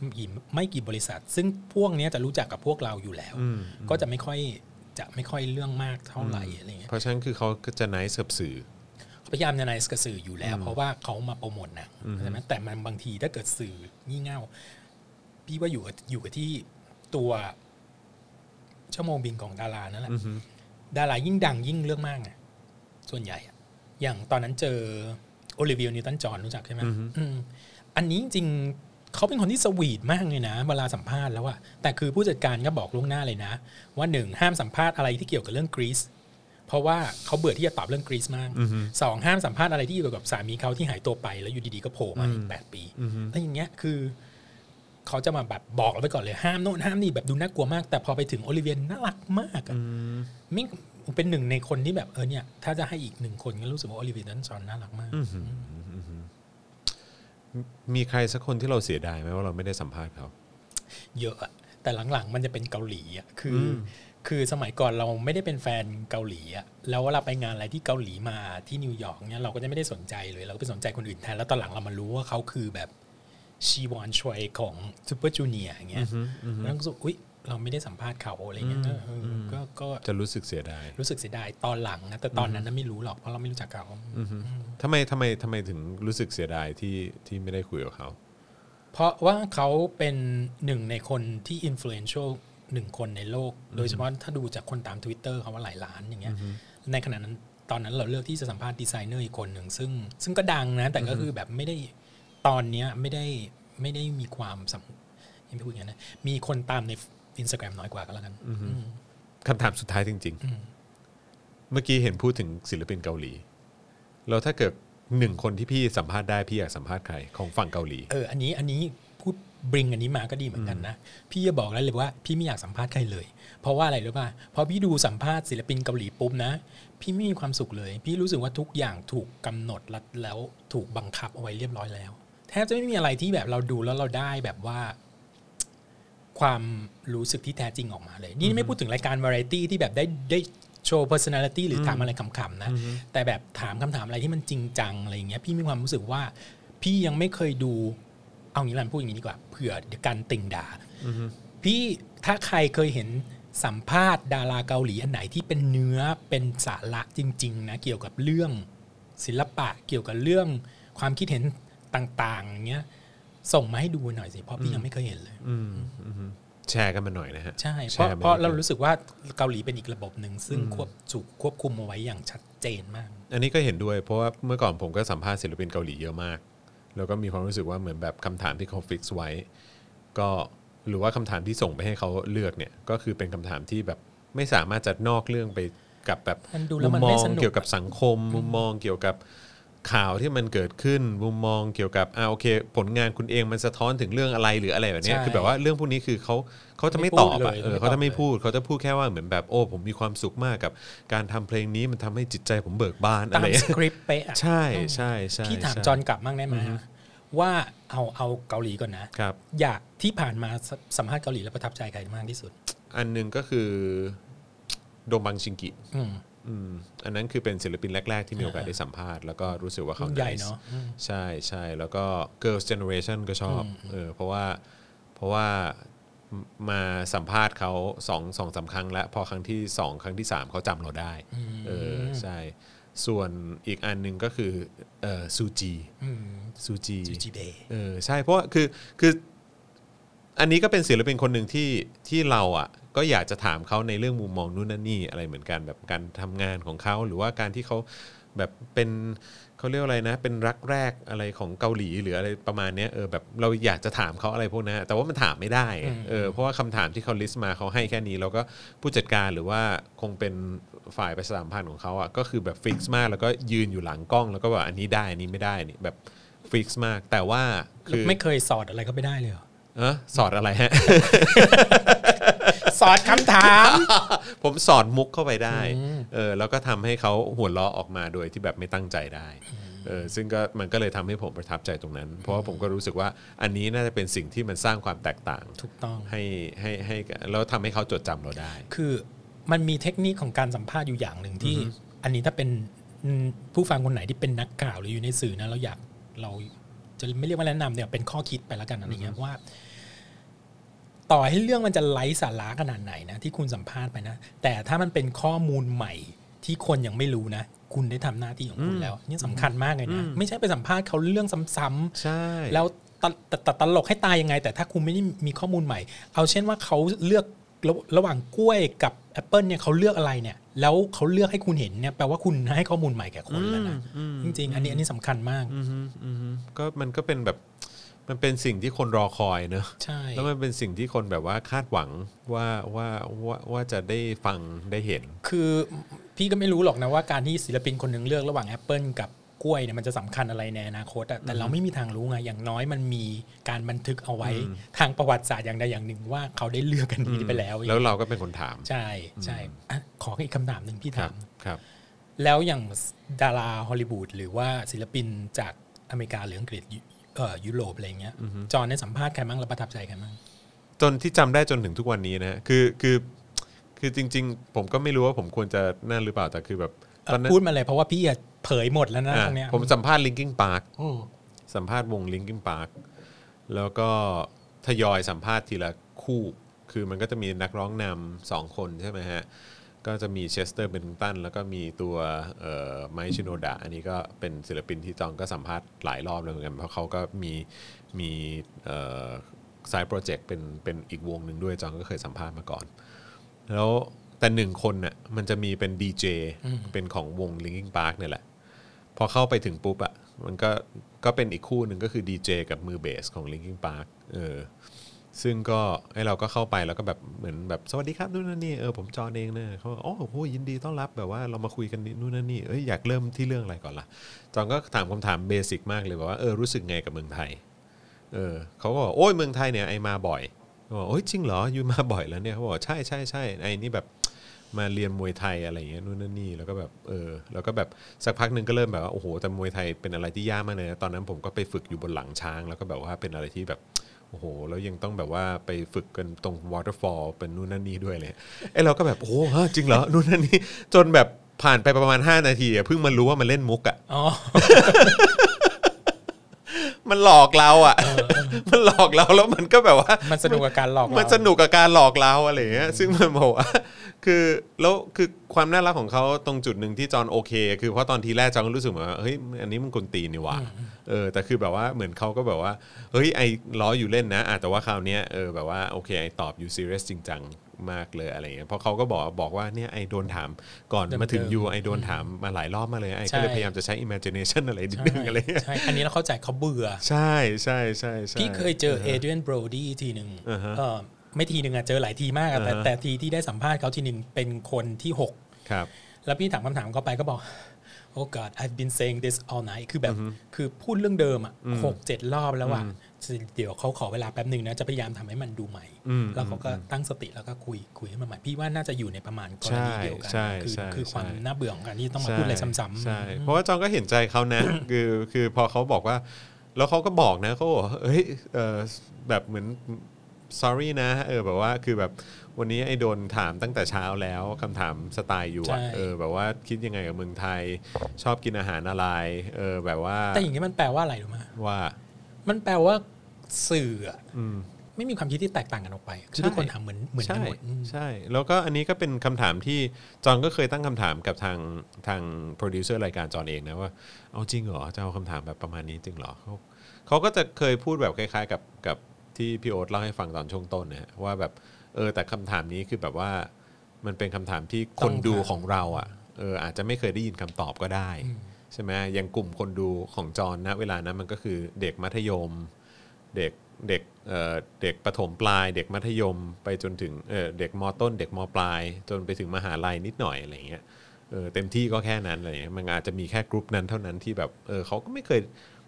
ไม่กี่บริษัท ซึ่งพวกเนี้ยจะรู้จักกับพวกเราอยู่แล้ว
อืม
ก็จะไม่ค่อยจะไม่ค่อยเรื่องมากเท่าไหร่อะไรเงี้ย
เพราะฉะนั้นคือเขาก็จะนิสกับสื่อ
เขาพยายามจะนายกระสื่ออยู่แล้ว เพราะว่าเขามาโปรโมทหนังใช่ไหมแต่มันบางทีถ้าเกิดสื่องี่เง่าพี่ว่าอยู่กับอยู่กับที่ตัวชั่วโมงบินของดารานั่นแหละ
อือฮึ
ดารายิ่งดังยิ่งเรื่องมากไงส่วนใหญ่อะอย่างตอนนั้นเจอโอลิเวียนิวตันจอห์นรู้จักใช่ไหมอืมอันนี้จริงๆเขาเป็นคนที่สวีทมากเลยนะ เวลาสัมภาษณ์แล้วอะแต่คือผู้จัดการก็บอกล่วงหน้าเลยนะ ว่าหนึ่งห้ามสัมภาษณ์อะไรที่เกี่ยวกับเรื่องกรีซเพราะว่าเขาเบื่อที่จะตอบเรื่องกรีซมากสองห้ามสัมภาษณ์อะไรที่เกี่ยวกับสามีเขาที่หายตัวไปแล้วอยู่ดีๆก็โผล่มาอีกแปดปีแล้วอย่างเงี้ยคือ เขาจะมาแบบบอกเราไปก่อนเลยห้ามโน่นห้ามนี่แบบดูน่ากลัวมาก แต่พอไปถึงโอลิเวียน่ารักมากอะ มิกเป็นหนึ่งในคนที่แบบเออเนี่ย ถ้าจะให้อีกหนึ่งคนก็รู้สึกว่าโอลิเวียนั้นสอนน่ารักมาก
มีใครสักคนที่เราเสียดายไหมว่าเราไม่ได้สัมภาษณ์เขา
เยอะอะแต่หลังๆ มันจะเป็นเกาหลีอะคือ คือสมัยก่อนเราไม่ได้เป็นแฟนเกาหลีอะแล้วเวลาไปงานอะไรที่เกาหลีมาที่นิวยอร์กเนี่ยเราก็จะไม่ได้สนใจเลย เราก็ไปสนใจคนอื่นแทนแล้วตอนหลังเรามารู้ว่าเขาคือแบบชีวอนชวยของซูเปอร์จูเนียอย่างเงี้ยแล้วก็รู้สึกอุ๊ยเราไม่ได้สัมภาษณ์เขาอะไรเงี้ยเออเอออก็ก็
จะรู้สึกเสียดาย
รู้สึกเสียดายตอนหลังนะแต่ตอนนั้นน่ะไม่รู้หรอกเพราะเราไม่รู้จักเขา
ทำไมทำไมทำไมถึงรู้สึกเสียดายที่ที่ไม่ได้คุยกับเขา
เพราะว่าเขาเป็นหนึ่งในคนที่อิ f ฟ u e n เ i น l หนึ่งคนในโลก โดยเฉพาะถ้าดูจากคนตาม Twitter เขาว่าหลายล้านอย่างเงี้ยในขณะนั้นตอนนั้นเราเลือกที่จะสัมภาษณ์ดีไซเนอร์อีกคนหนึ่งซึ่งซึ่งก็ดังนะ แต่ก็คือแบบไม่ได้ตอนเนี้ยไม่ได้ไม่ได้มีความสำยังไม่พูดอย่างนั้นนะมีคนตามในอินสตาแกรมน้อยกว่าก็แล้วกันอืม
คำถามสุดท้ายจริง
อืม
ๆ เมื่อกี้เห็นพูดถึงศิลปินเกาหลี แล้วถ้าเกิดหนึ่งคนที่พี่สัมภาษณ์ได้พี่อยากสัมภาษณ์ใครของฝั่งเกาหลี
เอออันนี้อันนี้พูดบริงอันนี้มาก็ดีเหมือนกันนะ พี่จะบอกแล้วเลยว่าพี่ไม่อยากสัมภาษณ์ใครเลย เพราะว่าอะไรรู้ป่ะพอพี่ดูสัมภาษณ์ศิลปินเกาหลีปุ๊บนะ พี่ไม่มีความสุขเลย พี่รู้สึกว่าทุกอย่างถูกกำหนดรัดแล้วถูกบังคับเอาไว้เรียบร้อยแล้ว แทบจะไม่มีอะไรที่แบบเราดูแล้วเราได้แบบว่า ความรู้สึกที่แท้จริงออกมาเลย นี่ไม่พูดถึงรายการวาไรตี้ที่แบบได้ได้โชว์ personality หรือถามอะไรขำๆนะ แต่แบบถามคำถามอะไรที่มันจริงจังอะไรอย่างเงี้ยพี่มีความรู้สึกว่า พี่ยังไม่เคยดู เอางี้ละกันพูดอย่างนี้ดีกว่าเผื่อเดี๋ยวกันติงด่าพี่ถ้าใครเคยเห็นสัมภาษณ์ดาราเกาหลีอันไหนที่เป็นเนื้อเป็นสาระจริง ๆ นะ เกี่ยวกับเรื่องศิลปะเกี่ยวกับเรื่องความคิดเห็นต่างๆอย่างเงี้ยส่งมาให้ดูหน่อยสิเพราะพี่ยังไม่เคยเห็นเลย
อืมอืมแชร์กันมาหน่อยนะฮะ
ใช่
แช
เพราะ
ม
เพราะ
หน่อย
เรารู้สึกว่าเกาหลีเป็นอีกระบบหนึ่งซึ่งควบถูกควบคุมเอาไว้อย่างชัดเจนมาก
อันนี้ก็เห็นด้วย เพราะว่าเมื่อก่อนผมก็สัมภาษณ์ศิลปินเกาหลีเยอะมาก แล้วก็มีความรู้สึกว่าเหมือนแบบคำถามที่เขาฟิกซ์ไว้ ก็หรือว่าคำถามที่ส่งไปให้เขาเลือกเนี่ย ก็คือเป็นคำถามที่แบบไม่สามารถจะนอกเรื่องไปกับแบบ
มันดูแล้วมัน
ม
ไม่
มอง
สนุก
เกี่ยวกับสังคม มุมมองเกี่ยวกับข่าวที่มันเกิดขึ้น มุมมองเกี่ยวกับอ่าโอเค ผลงานคุณเองมันสะท้อนถึงเรื่องอะไรหรืออะไรแบบเนี้ย
ใช่
คือแบบว่าเรื่องพวกนี้คือเขาเขาจะไม่
ไม่
ต
พู
อ
ด
บอะ
เลย
เออ
ไม่ตอบ
เขาจะไม่
เลย
พูดเขาจะพูดแค่ว่าเหมือนแบบโอ้ผมมีความสุขมากกับ การทำเพลงนี้มันทำให้จิตใจผมเบิกบานอะ
ตาม
ไร
สคริปต์เป๊ะอะ
ใช่ใช่ใช่
พี่ถาม
ใช่
จอห์นกลับบ้างได้ไหมฮะว่าเอาเอาเกาหลีก่อนนะ
ครับ
อยากที่ผ่านมาสสัมภาษณ์เกาหลีแล้วประทับใจใครมากที่สุด
อันหนึ่งก็คือโดมบังชิงกิ
อืม
อืมอันนั้นคือเป็นศิลปินแรก ๆ ที่มีโอกาสได้สัมภาษณ์แล้วก็รู้สึกว่าเขา
รุ่นใหญ่
nice
เนอะ
ใช่ใช่แล้วก็ Girls Generation ก็ชอบเออเพราะว่าเพราะว่ามาสัมภาษณ์เขาสองสองสามครั้งแล้ว พอครั้งที่สองครั้งที่สามเขาจำเราได้เออใช่ ส่วนอีกอันหนึ่งก็คือเออซูจี
อืม
ซูจี
จีจีเดย์
เออใช่เพราะว่าคือคืออันนี้ก็เป็นศิลปินคนหนึ่งที่ที่เราอ่ะก็อยากจะถามเขาในเรื่องมุมมองนู่นนั่นนี่อะไรเหมือนกันแบบการทำงานของเขาหรือว่าการที่เขาแบบเป็นเขาเรียกว่าอะไรนะ เป็นรักแรกอะไรของเกาหลีหรืออะไรประมาณเนี้ยเออแบบเราอยากจะถามเขาอะไรพวกนั้นแต่ว่ามันถามไม่ได้อะเออเพราะว่าคำถามที่เขาลิสต์มาเขาให้แค่นี้แล้วก็ผู้จัดการหรือว่าคงเป็นฝ่ายประชาสัมพันธ์ของเขาอ่ะก็คือแบบฟิกซ์มากแล้วก็ยืนอยู่หลังกล้องแล้วก็แบบอันนี้ได้อันนี้ไม่ได้นี่แบบฟิกซ์มากแต่ว่าคือ
ไม่เคยสอดอะไรก็ไม่ได้เลยเหรอ
เออสอดอะไรฮะ
สอดคำถาม
ผมสอนมุกเข้าไปได้เออแล้วก็ทำให้เขาหัวเราะออกมาโดยที่แบบไม่ตั้งใจได้เออซึ่งก็มันก็เลยทำให้ผมประทับใจตรงนั้น เพราะว่าผมก็รู้สึกว่าอันนี้น่าจะเป็นสิ่งที่มันสร้างความแตกต่าง
ถูกต้อง
ให้ให้ให้แล้วทำให้เขาจดจำเราได้
คือมันมีเทคนิคของการสัมภาษณ์อยู่อย่างหนึ่งที่ อันนี้ถ้าเป็นอืมผู้ฟังคนไหนที่เป็นนักข่าวหรืออยู่ในสื่อนะเราอยากเราจะไม่เรียกว่าแนะนำเนี่ยเป็นข้อคิดไปแล้วกันอะไรเงี้ยว่า ต่อให้เรื่องมันจะไร้สาระขนาดไหนนะที่คุณสัมภาษณ์ไปนะ แต่ถ้ามันเป็นข้อมูลใหม่ที่คนยังไม่รู้นะ คุณได้ทำหน้าที่ของคุณแล้ว นี่สำคัญมากเลยนะ ไม่ใช่ไปสัมภาษณ์เขาเรื่องซ้ำๆ
ใช่
แล้วตตตตลกให้ตายยังไง แต่ถ้าคุณไม่ได้มีข้อมูลใหม่ เอาเช่นว่าเขาเลือกระระหว่างกล้วยกับแอปเปิลเนี่ยเขาเลือกอะไรเนี่ยแล้วเขาเลือกให้คุณเห็นเนี่ยแปลว่าคุณให้ข้อมูลใหม่แก่คนแล้วนะจริงๆ อันนี้อันนี้สำคัญมาก
อือฮึอือฮึก็มันก็เป็นแบบมันเป็นสิ่งที่คนรอคอยเนอะ
ใช่
แล้วมันเป็นสิ่งที่คนแบบว่าคาดหวังว่าว่าว่าว่าจะได้ฟังได้เห็น
คือพี่ก็ไม่รู้หรอกนะว่าการที่ศิลปินคนหนึ่งเลือกระหว่างแอปเปิลกับกล้วยเนี่ยมันจะสำคัญอะไรในอนาคตอะแต่เราไม่มีทางรู้ไงอย่างน้อยมันมีการบันทึกเอาไว้ ทางประวัติศาสตร์อย่างใดอย่างหนึ่งว่าเขาได้เลือกกันนี้ไปแล้ว
แล้วเราก็เป็นคนถาม
ใช่ใช่อ่ะขออีกคำถามหนึ่งพี่
ครั
ถา
บ
ม
ครับ
แล้วอย่างดาราฮอลลีวูดหรือว่าศิลปินจากอเมริกาหรืออังกฤษยุเอ่อยุโรปอะไรเงี้ยจอห์นได้สัมภาษณ์ใครบ้างแล้วประทับใจใครบ้าง
จนที่จำได้จนถึงทุกวันนี้นะคือคือคือจริง ๆ ผมก็ไม่รู้ว่าผมควรจะนั่นหรือเปล่าแต่คือแบบตอนนั้น
พูดมาเลยเพราะว่าพี่อะเผยหมดแล้วนะ
อ่ะ
ตรงเนี้ย
ผมสัมภาษณ์ลิงกิ้งพาร์ค
อืม
สัมภาษณ์วงลิงกิ้งพาร์คแล้วก็ทยอยสัมภาษณ์ทีละคู่ คือมันก็จะมีนักร้องนำสองคนใช่ไหมฮะ ก็จะมีเชสเตอร์เบนตันแล้วก็มีตัวไมชิโนดะอันนี้ก็เป็นศิลปินที่จองก็สัมภาษณ์หลายรอบแล้วเหมือนกัน เพราะเขาก็มีมีไซด์โปรเจกต์เป็นเป็นอีกวงหนึ่งด้วยจองก็เคยสัมภาษณ์มาก่อน แล้วแต่หนึ่งคนน่ะมันจะมีเป็นดีเจเป็นของวง Linkin Park เนี่ยแหละ พอเข้าไปถึงปุ๊บอ่ะมันก็ก็เป็นอีกคู่หนึ่งก็คือดีเจกับมือเบสของ Linkin Park เออ ซึ่งก็ไอเราก็เข้าไปแล้วก็แบบเหมือนแบบสวัสดีครับนู่นนั่นนี่เออผมจอห์นเองเนะเขาบอกอ๋อโอ้โหยินดีต้อนรับแบบว่าเรามาคุยกันนิดนู่นนั่นนี่เอ้ยอยากเริ่มที่เรื่องอะไรก่อนล่ะจอห์นก็ถามคำถามเบสิกมากเลยแบบว่าเออรู้สึกไงกับเมืองไทย เออเขาก็บอกโอ้ยเมืองไทยเนี่ยไอมาบ่อยเขาบอกโอ้ยจริงเหรออยู่มาบ่อยแล้วเนี่ยเขาบอกใช่ใช่ใช่ไอนี่แบบมาเรียนมวยไทยอะไรอย่างเงี้ยนู่นนั่นนี่แล้วก็แบบเออแล้วก็แบบสักพักหนึ่งก็เริ่มแบบว่าโอ้โหแต่มวยไทยเป็นอะไรที่ยากมากเลยนะตอนนั้นผมก็ไปฝึกอยู่บนหลังช้าง แล้วก็แบบว่าเป็นอะไรที่แบบโอ้โหแล้วยังต้องแบบว่าไปฝึกกันตรงวอเตอร์ฟอลเป็นนู่นนั่นนี่ด้วยเลยไอเราก็แบบโอ้โหฮะจริงเหรอนู่นนั่นนี่จนแบบผ่านไปประมาณ 5 นาทีอะเพิ่งมารู้ว่ามันเล่นมุกอะ
อ๋อ
มันหลอกเราอ่ะ มันหลอกเราแล้วมันก็แบบว่า
มั
มัน
สนุกกับการหลอกเรามั
นสนุกกับการหลอกเราอะไรอย่างเงี้ ย ซึ่งมันบอกว่า คือแล้วคือความน่ารักของเขาตรงจุดหนึ่งที่จอห์นโอเค คือเพราะตอนทีแรกจอห์นก็รู้สึกเหมือนว่าเฮ้ยอันนี้มันคนตีนนี่หว่าเออแต่คือแบบว่าเหมือนเขาก็แบบว่าเฮ้ยไอ้ล้ออยู่เล่นนะอ่ะแต่ว่าคราวเนี้ยเออแบบว่าโอเคไอ้ตอบอยู่ซีเรียสจริงจังมากเลยอะไรอย่างเงี้ยเพราะเขาก็บอกบอกว่าเนี่ยไอ้โดนถามก่อนมาถึงยูไอ้โดนถามมาหลายรอบมากเลยไอ้ก็เลยพยายามจะใช้ imagination อะไรนิด
ใช่
นึงอะไรเงี้ย
ใช่อันนี้เราเข้าใจเขาเบื่อ
ใช่ใช่ใช่ใช่
พี่เคยเจอเอเดรียนโบรดี้ทีหนึ่งเอ่อไม่ทีหนึ่งอะเจอหลายทีมากอะแต่
อ่าฮะ
แต่ทีที่ได้สัมภาษณ์เขาทีหนึ่งเป็นคนที่หก
ครับ
แล้วพี่ถามคำถามเขาไปก็บอก oh god I've been saying this all night คือแบบ คือพูดเรื่องเดิมอ่ะหกเจ็ดรอบแล้วอ่ะเดี๋ยวเขาขอเวลาแป๊บหนึ่งนะ จะพยายามทำให้มันดูใหม่
อืม
แล้วเขาก็ตั้งสติแล้วก็คุยคุยให้มันใหม่ พี่ว่าน่าจะอยู่ในประมาณกรณีเดียวกัน
ใช่
คือ
ใช่
คือความ
ใช่
น่าเบื่อของการที่ต้องมาพูดอะไรซ้ำๆ
ใช่เพราะว่าจองก็เห็นใจเขานะ คือคือพอเขาบอกว่า แล้วเขาก็บอกนะเขาบอกว่าเฮ้ยเออแบบเหมือน sorry นะเออแบบว่าคือแบบ วันนี้ไอ้โดนถามตั้งแต่เช้าแล้วคำถามสไตล์อยู่อะ
ใช่
เออแบบว่าคิดยังไงกับเมืองไทย ชอบกินอาหารอะไรเออแบบว่า
แต่อย่างนี้มันแปลว่าอะไรรู้ไหม
ว่า
มันแปลว่าสื่ออะ
อืม
ไม่มีความคิดที่แตกต่างกันออกไปคือ
ใช่
ทุกคนถามเหมือนเหมือนกัน
ใช่
หมดอืม
ใช่ แล้วก็อันนี้ก็เป็นคำถามที่จอนก็เคยตั้งคำถามกับทางทางโปรดิวเซอร์รายการจอนเองนะว่า เอาจริงเหรอจะเอาคำถามแบบประมาณนี้จริงเหรอเขาเขาก็จะเคยพูดแบบคล้ายๆ กับกับที่พี่โอ๊ตเล่าให้ฟังตอนช่วงต้นนะฮะว่าแบบเออแต่คำถามนี้คือแบบว่ามันเป็นคำถามที่คน
ต้องถาม
ดูของเราอ่ะเอออาจจะไม่เคยได้ยินคำตอบก็ได้ ใช่ไหมอย่างกลุ่มคนดูของจรนะเวลานั้นมันก็คือเด็กมัธยม เด็กเด็กเอ่อเด็กประถมปลาย เด็กมัธยมไปจนถึงเอ่อเด็กมต้น เด็กมปลาย จนไปถึงมหาลัยนิดหน่อยอะไรอย่างเงี้ยเออเต็มที่ก็แค่นั้นอะไรอย่างเงี้ยมันอาจจะมีแค่กลุ่มนั้นเท่านั้นที่แบบเออเขาก็ไม่เคย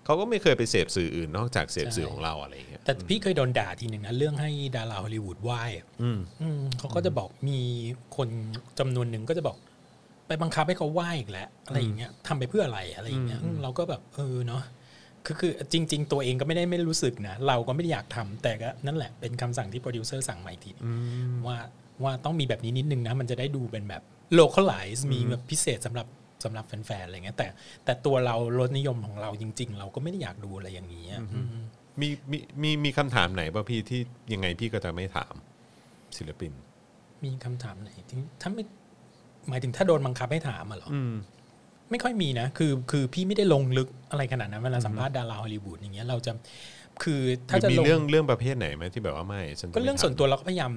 เขาก็ไม่เคยไปเสพสื่ออื่นนอกจากเสพสื่อของเราอะไรอย่างเงี้ย
แต่พี่เคยโดนด่าทีหนึ่งนะเรื่องให้ดาราฮอลลีวูดไหว้อะ
อืม
อืมเขาก็จะบอกมีคนจำนวนหนึ่งก็จะบอก ไปบังคับให้เขาไหว้อีกแล้วอะไรอย่างเงี้ยทำไปเพื่ออะไรอะไรอย่างเงี้ยอืมเราก็แบบเออเนาะคือคือจริง ๆ ตัวเองก็ไม่ได้ไม่รู้สึกนะเราก็ไม่ได้อยากทำแต่ก็นั่นแหละเป็นคำสั่งที่โปรดิวเซอร์สั่งมาอีกที
อืม
ว่าว่าต้องมีแบบนี้นิดนึงนะ มันจะได้ดูเป็นแบบ localize มีแบบพิเศษสำหรับสำหรับแฟนๆอะไรเงี้ยแต่ แต่ตัวเรารสนิยมของเราจริง ๆ เราก็ไม่ได้อยากดูอะไรอย่างนี้ยอืม
มีมีมีมีคำถามไหนป่ะพี่ที่ยังไงพี่ก็จะไม่ถามศิลปิน
มีคำถามไหนที่ถ้าไม่หมายถึงถ้าโดนบังคับให้ถามอะเหรอ
อืม
ไม่ค่อยมีนะ คือคือพี่ไม่ได้ลงลึกอะไรขนาดนั้นเวลาสัมภาษณ์ดาราฮอลลีวูดอย่างเงี้ยเราจะคือถ้า
หรือ
จะ
มี
ลง
เรื่องเรื่องประเภทไหนไหมที่แบบว่าไม่ฉันจะ
ก็เรื่อง
ไม่ถาม
ส่วนตัวเราก็พยายาม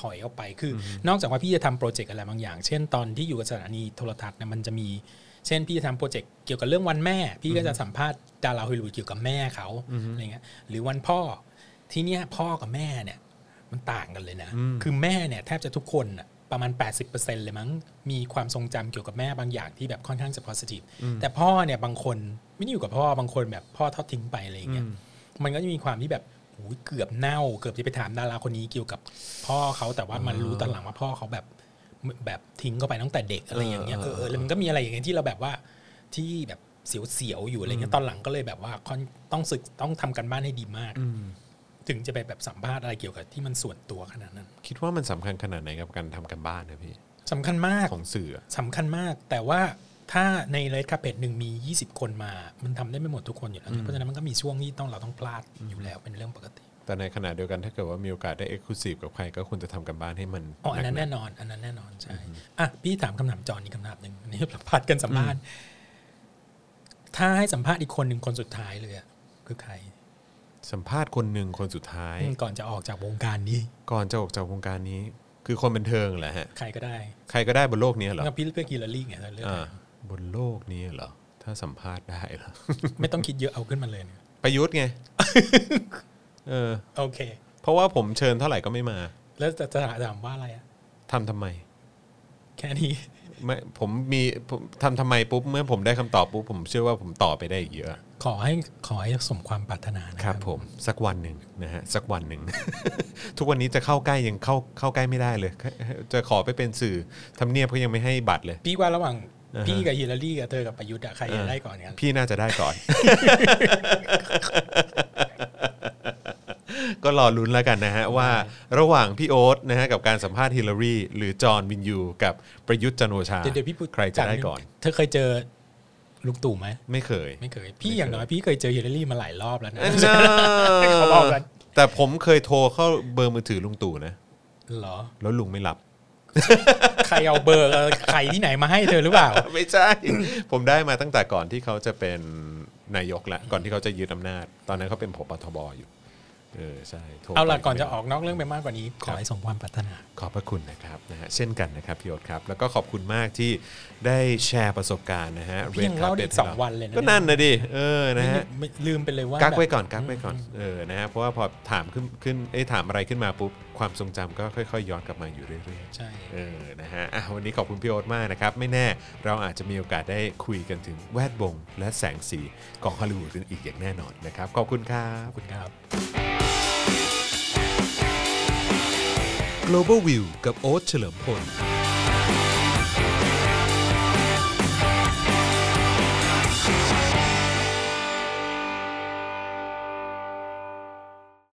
ถอยออกไป คืออนอกจากว่าพี่จะทำโปรเจกต์อะไรบางอย่าง เช่นตอนที่อยู่กับสถานีโทรทัศน์เนี่ยมันจะมี เช่นพี่จะทำโปรเจกต์เกี่ยวกับเรื่องวันแม่ พี่ก็จะสัมภาษณ์ดาราฮอลลีวูดเกี่ยวกับแม่เขาอะไรเงี้ยหรือวันพ่อที่เนี้ยพ่อกับแม่เนี่ย มันต่างกันเลยนะ
อืม
คือแม่เนี่ยแทบจะทุกคนน่ะประมาณ 80%เลยมั้ง มีความทรงจำเกี่ยวกับแม่บางอย่างที่แบบค่อนข้างจะ positive แต่พ่อเนี่ยบางคนไม่ได้อยู่กับพ่อบางคนแบบพ่อทอดทิ้งไปอะไรอย่างเงี้ย มันก็จะมีความที่แบบโอ้ยเกือบเน่า เกือบจะไปถามดาราคนนี้เกี่ยวกับพ่อเขาแต่ว่ามันรู้ตอนหลังว่าพ่อเขาแบบแบบทิ้งเขาไปตั้งแต่เด็กอะไรอย่างเงี้ยเออเออแล้วมันก็มีอะไรอย่างเงี้ยที่เราแบบว่าที่แบบเสียวๆอยู่อะไรเงี้ยตอนหลังก็เลยแบบว่าค่อนต้องศึกต้องทำกันบ้านให้ดีมาก
อืม
ถึงจะไปแบบสัมภาษณ์อะไรเกี่ยวกับที่มันส่วนตัวขนาดนั้น
คิดว่ามันสำคัญขนาดไหนกับการทำกันบ้านนะพี่
สำคัญมาก
ของสื่ออะ
สำคัญมาก แต่ว่าถ้าในเลดคาเพจหนึ่งมี 20 คนมา มันทำได้ไม่หมดทุกคนอยู่แล้วเพราะฉะนั้นมันก็มีช่วงที่ต้องเราต้องพลาดอยู่แล้วเป็นเรื่องปกติ
แต่ในขณะเดียวกันถ้าเกิดว่ามีโอกาสได้เอ็กซ์คลูซีฟกับใครก็ควรจะทำกันบ้านให้มัน
อ๋ออันนั้น
ห
แน่
ก
นอน อันนั้นแน่นอนใช่อ่ะพี่ถามคำถามจอนอีกคำถามหนึ่งอันนี่เราพลาดกันสัมภาษณ์ถ้าให้สัมภาษณ์อีกคนหนึ่งคนสุดท้ายเลยอะคือใคร
ๆสัมภาษณ์คนหนึ่งคนสุดท้าย
อืมก่อนจะออกจากวงการนี้
ก่อนจะออกจากวงการนี้ คือคนบันเทิงแหละฮะ
ใครก็ได้
ใครก็ได้บนโลกนี้เหรอ
งั้นพี่เลือกฮิลลารีไงเราเลือก
อ่าบนโลกนี้เหรอ ถ้าสัมภาษณ์ได้เหรอ
ไม่ต้องคิดเยอะเอาขึ้นมาเลยเนี่ย
ประยุทธ์ไง เออ
โอเค
เพราะว่าผมเชิญเท่าไหร่ก็ไม่มา
แล้วจะจะถามว่าอะไรอะ
ทำทำ ไม
แค่นี้
ไม่ผมมีผมทำทำไมปุ๊บเมื่อผมได้คำตอบปุ๊บผมเชื่อว่าผมตอบไปได้อีกเยอะ
ขอให้ขอให้สมความปรารถนานะครับ
ผมสักวันหนึ่งนะฮะสักวันหนึ่ง ทุกวันนี้จะเข้าใกล้ยังเข้าเข้าใกล้ไม่ได้เลย จะขอไปเป็นสื่อทำเนียบเขายังไม่ให้บัตรเลย
พี่ว่าระหว่าง
อ่าฮะ
พี่กับฮิลลารีกับเธอกับประยุทธ์อะใครจะได้ก่อนกัน
พี่น่าจะได้ก่อน ก็รอลุ้นแล้วกันนะฮะ ว่าระหว่างพี่โอ๊ตนะฮะกับการสัมภาษณ์ฮิลลารีหรือจอห์นวินยู กับประยุทธ์จันทร์โอชา
เดี๋ยวเดี๋ยวพี่พูด
ใครจะได้
จาหง
ก่อน
เธอเคยเจอลูกตู่ไหม
ไม่เคย
ไม่เคย พี่อย่างน้อยพี่เคยเจอฮิลลารีมาหลายรอบแล้วนะ
เขา
เขาบอกกัน
แต่ผมเคยโทรเข้าเบอร์มือถือลุงตู่นะ
เหรอ
แล้วลุงไม่รับ
ใครเอาเบอร์ ใครที่ไหนมาให้เธอหรือเปล่า
ไม่ใช่ ผมได้มาตั้งแต่ก่อนที่เขาจะเป็นนายกละก่อนที่เขาจะยึดอำนาจ ตอนนั้นเขาเป็นผบทบอยู่ เออใช่โทร
เอาล่ะ
ไป
ก่อนจะออกนอกเรื่องไปมากกว่านี้ ขอให้สมความปรารถนา
ขอบพระคุณนะครับนะฮะเช่นกันนะครับพี่โอ๊ตครับ แล้วก็ขอบคุณมากที่ได้แชร์ประสบการณ์นะฮะ
พี่
Red
ยังเล่าได้
Carpet
อีกสองวันเลยนะ
ก็นั่นนะดิเออนะฮะ
ไม่ลืมไปเลยว่า
กักไว้
แบบ
ก่อนกักไว้ก่อนเออนะฮะเพราะว่าพอถามขึ้นขึ้นเอ้ยถามอะไรขึ้นมาปุ๊บความทรงจำก็ค่อยๆย้อนกลับมาอยู่เรื่อยๆ
ใช่
เออ นะฮะอ่ะวันนี้ขอบคุณพี่โอ๊ตมากนะครับ ไม่แน่เราอาจจะมีโอกาสได้คุยกันถึงแวดวงและแสงสีของฮอลลีวูดกันอีกอย่างแน่นอนนะครับ ขอบคุณครับ
ขอบคุณครับ
Global View กับโอ๊ตเฉลิมพล